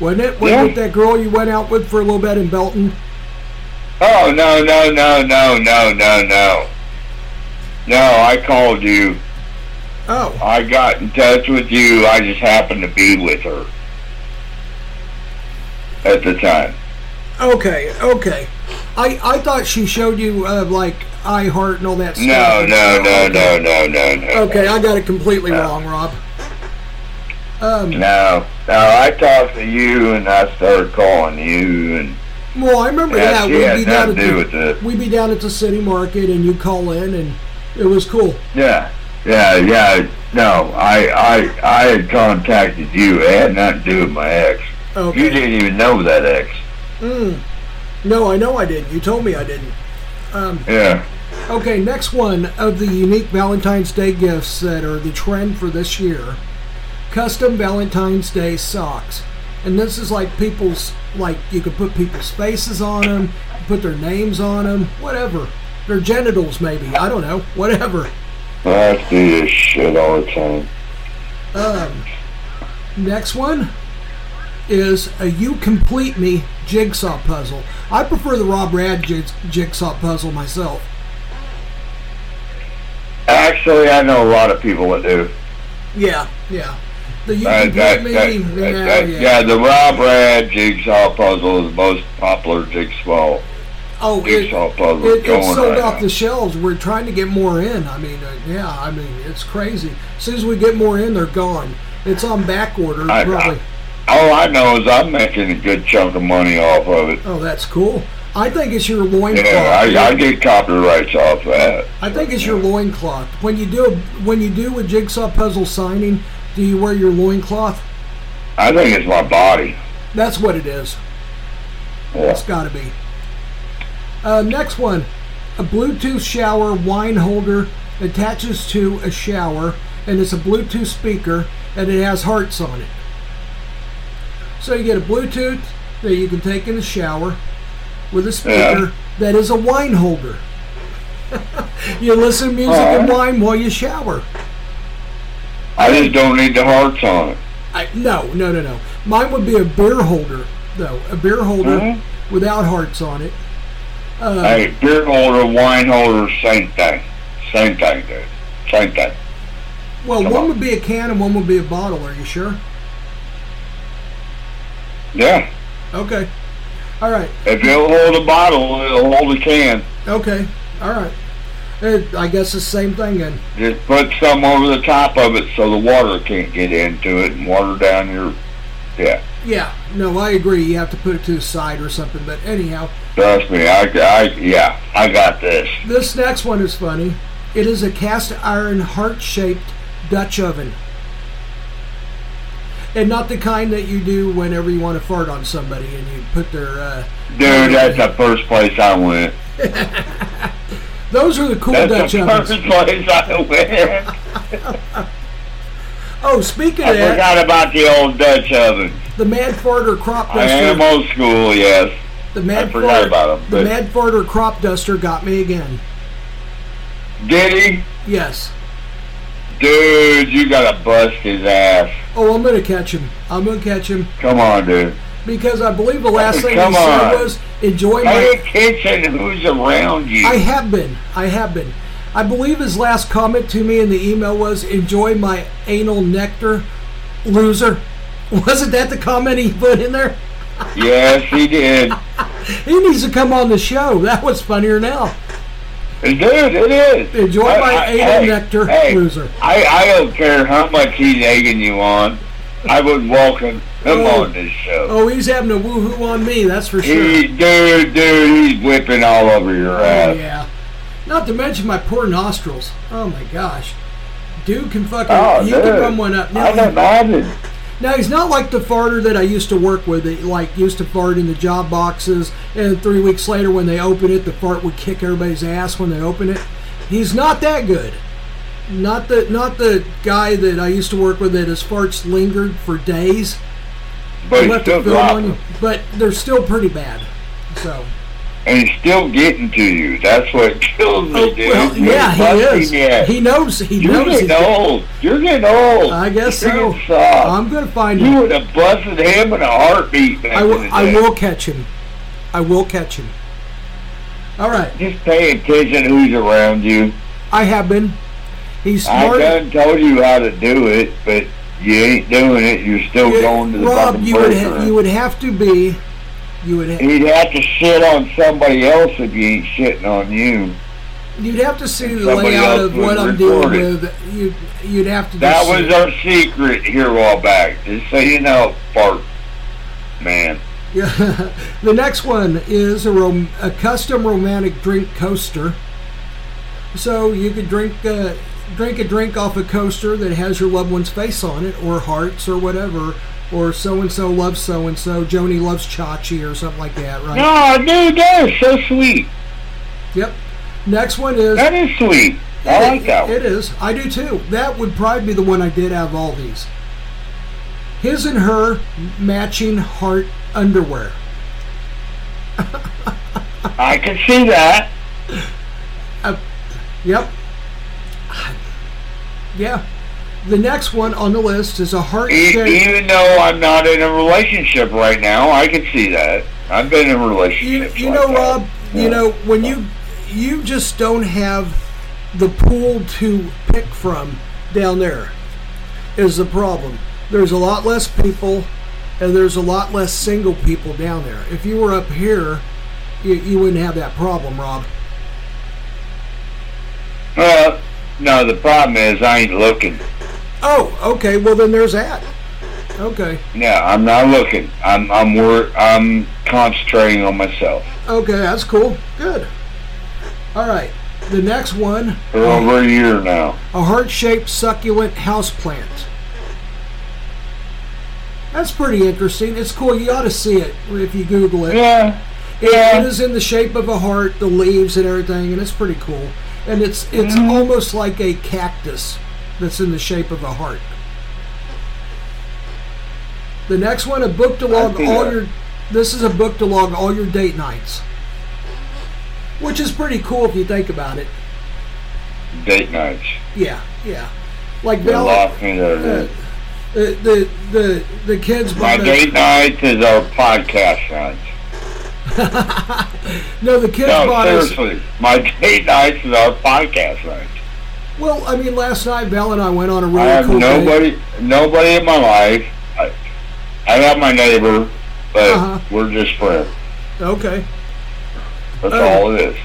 S5: Wasn't it? Wasn't
S7: Yeah.
S5: it that girl you went out with for a little bit in Belton?
S7: Oh no no no no no no no. No, I called you.
S5: Oh.
S7: I got in touch with you. I just happened to be with her at the time.
S5: Okay, okay. I I thought she showed you uh, like iHeart and all that stuff.
S7: No no no no no no no.
S5: Okay, I got it completely wrong, Rob. Um,
S7: No, no. I talked to you and I started calling you and
S5: well, I remember
S7: Yeah,
S5: that
S7: she
S5: we'd
S7: had
S5: be down
S7: nothing
S5: at
S7: to do
S5: the,
S7: with it.
S5: we'd be down at the city market, and you call in, and it was cool.
S7: yeah yeah yeah. No, I I I had contacted you. It had nothing to do with my ex. You
S5: Okay.
S7: didn't even know that ex.
S5: Mm. No, I know I didn't. You told me I didn't. Um,
S7: Yeah.
S5: Okay, next one of the unique Valentine's Day gifts that are the trend for this year. Custom Valentine's Day socks. And this is like people's, like you can put people's faces on them, put their names on them, whatever. Their genitals, maybe. I don't know. Whatever.
S7: I do this shit all the time.
S5: Um, next one is a You Complete Me jigsaw puzzle. I prefer the Rob Rad jigs- jigsaw puzzle myself.
S7: Actually, I know a lot of people that do.
S5: Yeah, yeah. The You
S7: Uh,
S5: Complete
S7: that-
S5: Me.
S7: that-
S5: yeah,
S7: that- that-
S5: yeah.
S7: yeah, the Rob Rad jigsaw puzzle is the most popular jigsaw
S5: Oh, it,
S7: jigsaw puzzle
S5: it,
S7: going
S5: it's sold
S7: right
S5: off
S7: now.
S5: the shelves. We're trying to get more in. I mean, uh, yeah, I mean, it's crazy. As soon as we get more in, they're gone. It's on back order,
S7: I- I-
S5: probably.
S7: All I know is I'm making a good chunk of money off of it.
S5: oh, that's cool. I think it's your loincloth.
S7: Yeah, I, I get copyrights off that.
S5: I think it's your loincloth. When you do a, when you do a jigsaw puzzle signing, do you wear your loincloth?
S7: I think it's my body.
S5: That's what it is.
S7: Yeah.
S5: It's got to be. Uh, next one, a Bluetooth shower wine holder attaches to a shower, and it's a Bluetooth speaker, and it has hearts on it. So you get a Bluetooth that you can take in the shower with a speaker
S7: Yeah.
S5: that is a wine holder. you listen to music and wine while you shower.
S7: I just don't need the hearts on it.
S5: I, no, no, no, no. Mine would be a beer holder, though. A beer holder
S7: Mhm.
S5: without hearts on it. Uh,
S7: Hey, beer holder, wine holder, same thing. Same thing, dude. Same thing.
S5: Well, one would be a can and one would be a bottle. Are you sure?
S7: Yeah.
S5: Okay. All right.
S7: If it'll hold a bottle, it'll hold a can.
S5: Okay. All right. It, I guess the same thing then.
S7: Just put some over the top of it so the water can't get into it and water down your. Yeah.
S5: Yeah. No, I agree. You have to put it to the side or something. But anyhow,
S7: Trust me. I, I, yeah, I got this.
S5: this next one is funny. It is a cast iron heart shaped Dutch oven. And not the kind that you do whenever you want to fart on somebody and you put their. Uh,
S7: Dude, that's the first place I went.
S5: those are the cool
S7: That's
S5: Dutch
S7: the
S5: ovens.
S7: first place I went.
S5: Oh, speaking of
S7: I
S5: that,
S7: forgot about the old Dutch oven.
S5: the Mad Farter crop
S7: I am
S5: duster.
S7: old school, yes.
S5: The Mad
S7: I forgot
S5: Farter-
S7: about 'em,
S5: The
S7: but-
S5: Mad Farter crop duster got me again.
S7: Did he?
S5: Yes.
S7: Dude, you gotta bust his ass.
S5: Oh, I'm gonna catch him. I'm gonna catch him
S7: Come on, dude.
S5: because I believe the last thing
S7: Come
S5: he said
S7: on.
S5: was enjoy
S7: Pay
S5: my.
S7: attention to who's around you.
S5: I have been. I have been. I believe his last comment to me in the email was enjoy my anal nectar, loser. Wasn't that the comment he put in there?
S7: yes, he did.
S5: He needs to come on the show. That was funnier now.
S7: Dude, it is.
S5: Enjoy
S7: I-
S5: my
S7: I-
S5: anal
S7: hey,
S5: nectar,
S7: hey,
S5: loser.
S7: I, I don't care how much he's egging you on. I would welcome him
S5: Oh.
S7: on this show.
S5: Oh, he's having a woohoo on me. That's for sure.
S7: He, dude, dude, he's whipping all over your
S5: Oh,
S7: ass.
S5: yeah. Not to mention my poor nostrils. Oh my gosh. Dude can fucking
S7: Oh,
S5: he
S7: dude.
S5: can run one up. Now,
S7: I can imagine.
S5: now he's not like the farter that I used to work with. That like used to fart in the job boxes, and three weeks later when they open it, the fart would kick everybody's ass when they open it. He's not that good. Not the not the guy that I used to work with that his farts lingered for days.
S7: But he's
S5: Left the
S7: still
S5: film on
S7: dropping.
S5: you, but they're still pretty bad. So.
S7: And he's still getting to you. That's what kills me, dude.
S5: Oh, Well,
S7: You're
S5: yeah, he
S7: busting
S5: is.
S7: the ass.
S5: He knows. He
S7: You're
S5: knows.
S7: getting
S5: he's-
S7: old. You're getting old.
S5: I guess
S7: You're
S5: so.
S7: getting soft.
S5: I'm gonna find
S7: You
S5: him.
S7: would have busted him in a heartbeat. Back
S5: I
S7: in
S5: will,
S7: the
S5: I
S7: day.
S5: will catch him. I will catch him. All right.
S7: Just pay attention who's around you.
S5: I have been. He's
S7: I
S5: smart.
S7: done told you how to do it, but you ain't doing it. You're still
S5: You-
S7: going to the
S5: Rob,
S7: fucking
S5: you would
S7: break
S5: ha-
S7: room.
S5: you would have to be. You would ha-
S7: He'd have to shit on somebody else if you ain't shitting on you.
S5: you'd have to see the
S7: Somebody
S5: layout
S7: else
S5: of what
S7: would
S5: I'm dealing
S7: report it.
S5: with. You you'd have to.
S7: That
S5: just see-
S7: was our secret here a while back. Just so you know, fart man.
S5: Yeah. the next one is a, rom- a custom romantic drink coaster. So you could drink uh, drink a drink off a coaster that has your loved one's face on it, or hearts, or whatever, or so and so loves so and so, Joni loves Chachi, or something like that, right?
S7: No, Ah, dude, that is so sweet.
S5: Yep. Next one is.
S7: That is sweet. I like that one.
S5: It is. I do too. That would probably be the one I did out of all these. His and her matching heart underwear.
S7: I can see that.
S5: Uh, Yep. Yeah. The next one on the list is a heart
S7: E-
S5: shaped.
S7: Even though I'm not in a relationship right now, I can see that. I've been in
S5: You,
S7: relationships.
S5: you
S7: like
S5: know,
S7: that.
S5: Rob.
S7: Yeah.
S5: You know when you you just don't have the pool to pick from down there is the problem. There's a lot less people, and there's a lot less single people down there. If you were up here, you, you wouldn't have that problem, Rob.
S7: Well, no, the problem is I ain't looking.
S5: Oh, okay. Well, then there's that. Okay.
S7: No, I'm not looking. I'm I'm wor- I'm concentrating on myself.
S5: Okay, that's cool. Good. All right. The next one
S7: For over a year now.
S5: a heart shaped succulent houseplant. That's pretty interesting. It's cool. You ought to see it if you Google it.
S7: Yeah.
S5: It-
S7: Yeah.
S5: It is in the shape of a heart, the leaves and everything, and it's pretty cool. And it's it's
S7: Mm-hmm.
S5: almost like a cactus that's in the shape of a heart. The next one, a book to log
S7: see
S5: all
S7: that.
S5: your. This is a book to log all your date nights, which is pretty cool if you think about it.
S7: Date nights.
S5: Yeah, yeah. Like
S7: You
S5: Val-
S7: lost me there. dude.
S5: the Uh, the the the kids
S7: My
S5: brought up,
S7: date nights is our podcast nights.
S5: no the kids
S7: No,
S5: brought us
S7: seriously. My date nights is our podcast nights.
S5: Well, I mean, last night Val and I went on a really
S7: I have
S5: cool date.
S7: nobody, nobody in my life. I, I have my neighbor, but
S5: Uh-huh.
S7: we're just friends.
S5: Okay.
S7: That's
S5: Okay.
S7: all it is.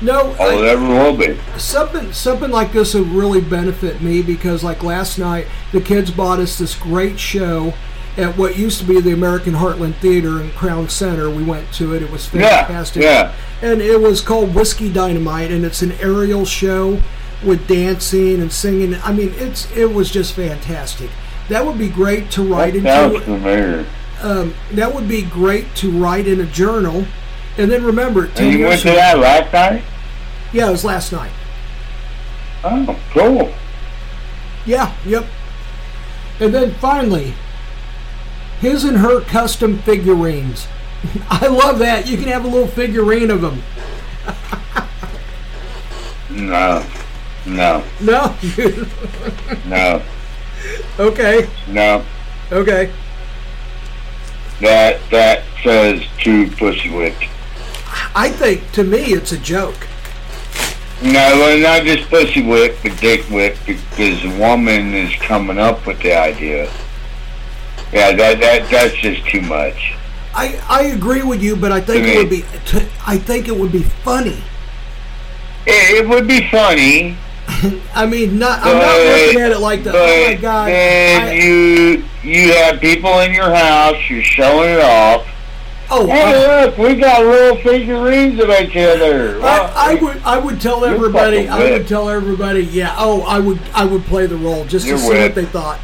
S5: No,
S7: All it ever will be.
S5: something something like this would really benefit me because like last night the kids bought us this great show at what used to be the American Heartland Theater in Crown Center. We went to it. It was
S7: Yeah,
S5: fantastic.
S7: yeah.
S5: And it was called Whiskey Dynamite and it's an aerial show with dancing and singing. I mean, it's it was just fantastic. That would be great to write into
S7: Sounds familiar.
S5: um, that would be great to write in a journal. And then remember, 10
S7: And you
S5: years
S7: went to
S5: from-
S7: that last night?
S5: Yeah, it was last night.
S7: Oh, cool.
S5: Yeah, yep. And then finally, his and her custom figurines. I love that. You can have a little figurine of them.
S7: No, no,
S5: No?
S7: no,
S5: okay,
S7: no.
S5: okay.
S7: That that says two pussy whipped.
S5: I think, to me, it's a joke.
S7: No, well, not just pussy whip, but dick whip, because the woman is coming up with the idea. Yeah, that that that's just too much.
S5: I, I agree with you, but I think it would be t- I think it would be funny.
S7: It, it would be funny,
S5: I mean, not I'm not
S7: But-
S5: looking at it like that. Oh my
S7: but
S5: god!
S7: then
S5: I-
S7: you you have people in your house, you're showing it off.
S5: oh, I-
S7: Hey, look, we got little figurines of each other. Wow.
S5: I, I would I would tell everybody
S7: fucking
S5: I would
S7: whipped.
S5: tell everybody yeah oh I would I would play the role just
S7: You're
S5: to see what
S7: whipped.
S5: they thought.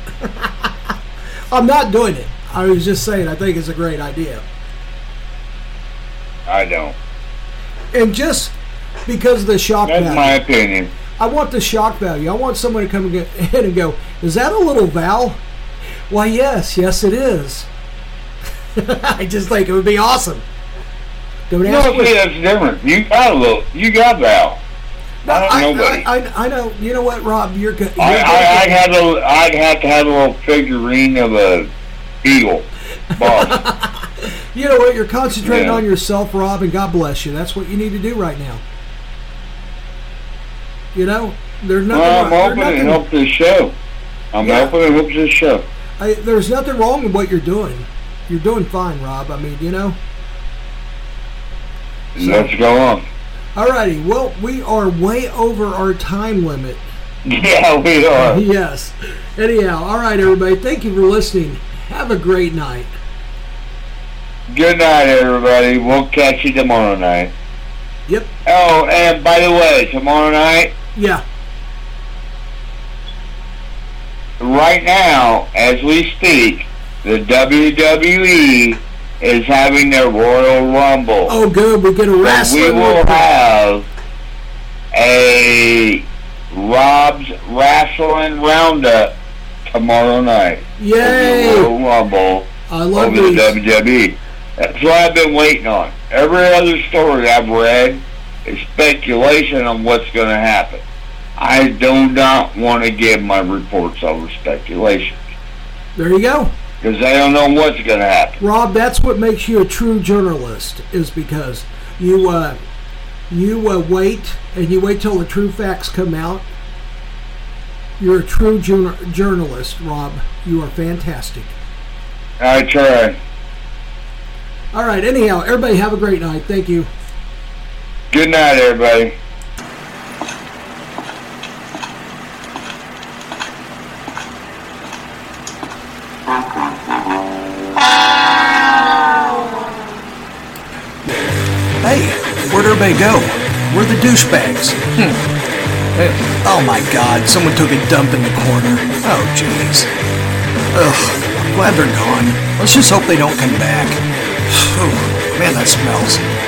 S5: I'm not doing it. I was just saying I think it's a great idea.
S7: I don't.
S5: And just because of the shock
S7: That's
S5: value,
S7: my opinion.
S5: I want the shock value. I want someone to come and get, in and go, is that a little Val? Why yes, yes it is. I just think it would be awesome. Don't
S7: No,
S5: ask me.
S7: see, that's different. You got a little. You got Val. I don't know, buddy.
S5: I, I, I know. You know what, Rob? You're good.
S7: I, I, I'd have a, I'd have to have a little figurine of a eagle, boss.
S5: You know what? You're concentrating
S7: Yeah.
S5: on yourself, Rob, and God bless you. That's what you need to do right now. You know, there's nothing.
S7: well, I'm
S5: wrong,
S7: hoping
S5: there's
S7: it
S5: nothing,
S7: helps this show. I'm
S5: Yeah.
S7: hoping it helps this show.
S5: I, there's nothing wrong with what you're doing. You're doing fine, Rob. I mean, you know.
S7: Let's go on.
S5: Alrighty. Well, we are way over our time limit.
S7: Yeah, we are.
S5: Yes. Anyhow, all right, everybody. Thank you for listening. Have a great night.
S7: Good night, everybody. We'll catch you tomorrow night.
S5: Yep.
S7: Oh, and by the way, tomorrow night,
S5: Yeah.
S7: right now, as we speak, the WWE is having their Royal Rumble.
S5: Oh, good. We get a wrestling.
S7: we will
S5: report.
S7: have a Rob's Wrestling Roundup tomorrow night.
S5: Yay!
S7: Over the Royal Rumble
S5: I love
S7: over the
S5: these.
S7: WWE. That's what I've been waiting on. Every other story I've read is speculation on what's going to happen. I do not want to give my reports over speculation
S5: There you go.
S7: because I don't know what's going to happen.
S5: Rob, that's what makes you a true journalist is because you uh, you uh, wait and you wait till the true facts come out. You're a true jour- journalist, Rob. You are fantastic.
S7: I try.
S5: All right. Anyhow, everybody have a great night. Thank you.
S7: Good night, everybody.
S9: Hey, where'd everybody go? We're the douchebags. Hmm. Eh, Oh my god, someone took a dump in the corner. Oh jeez. Ugh, glad they're gone. Let's just hope they don't come back. Oh, man, that smells.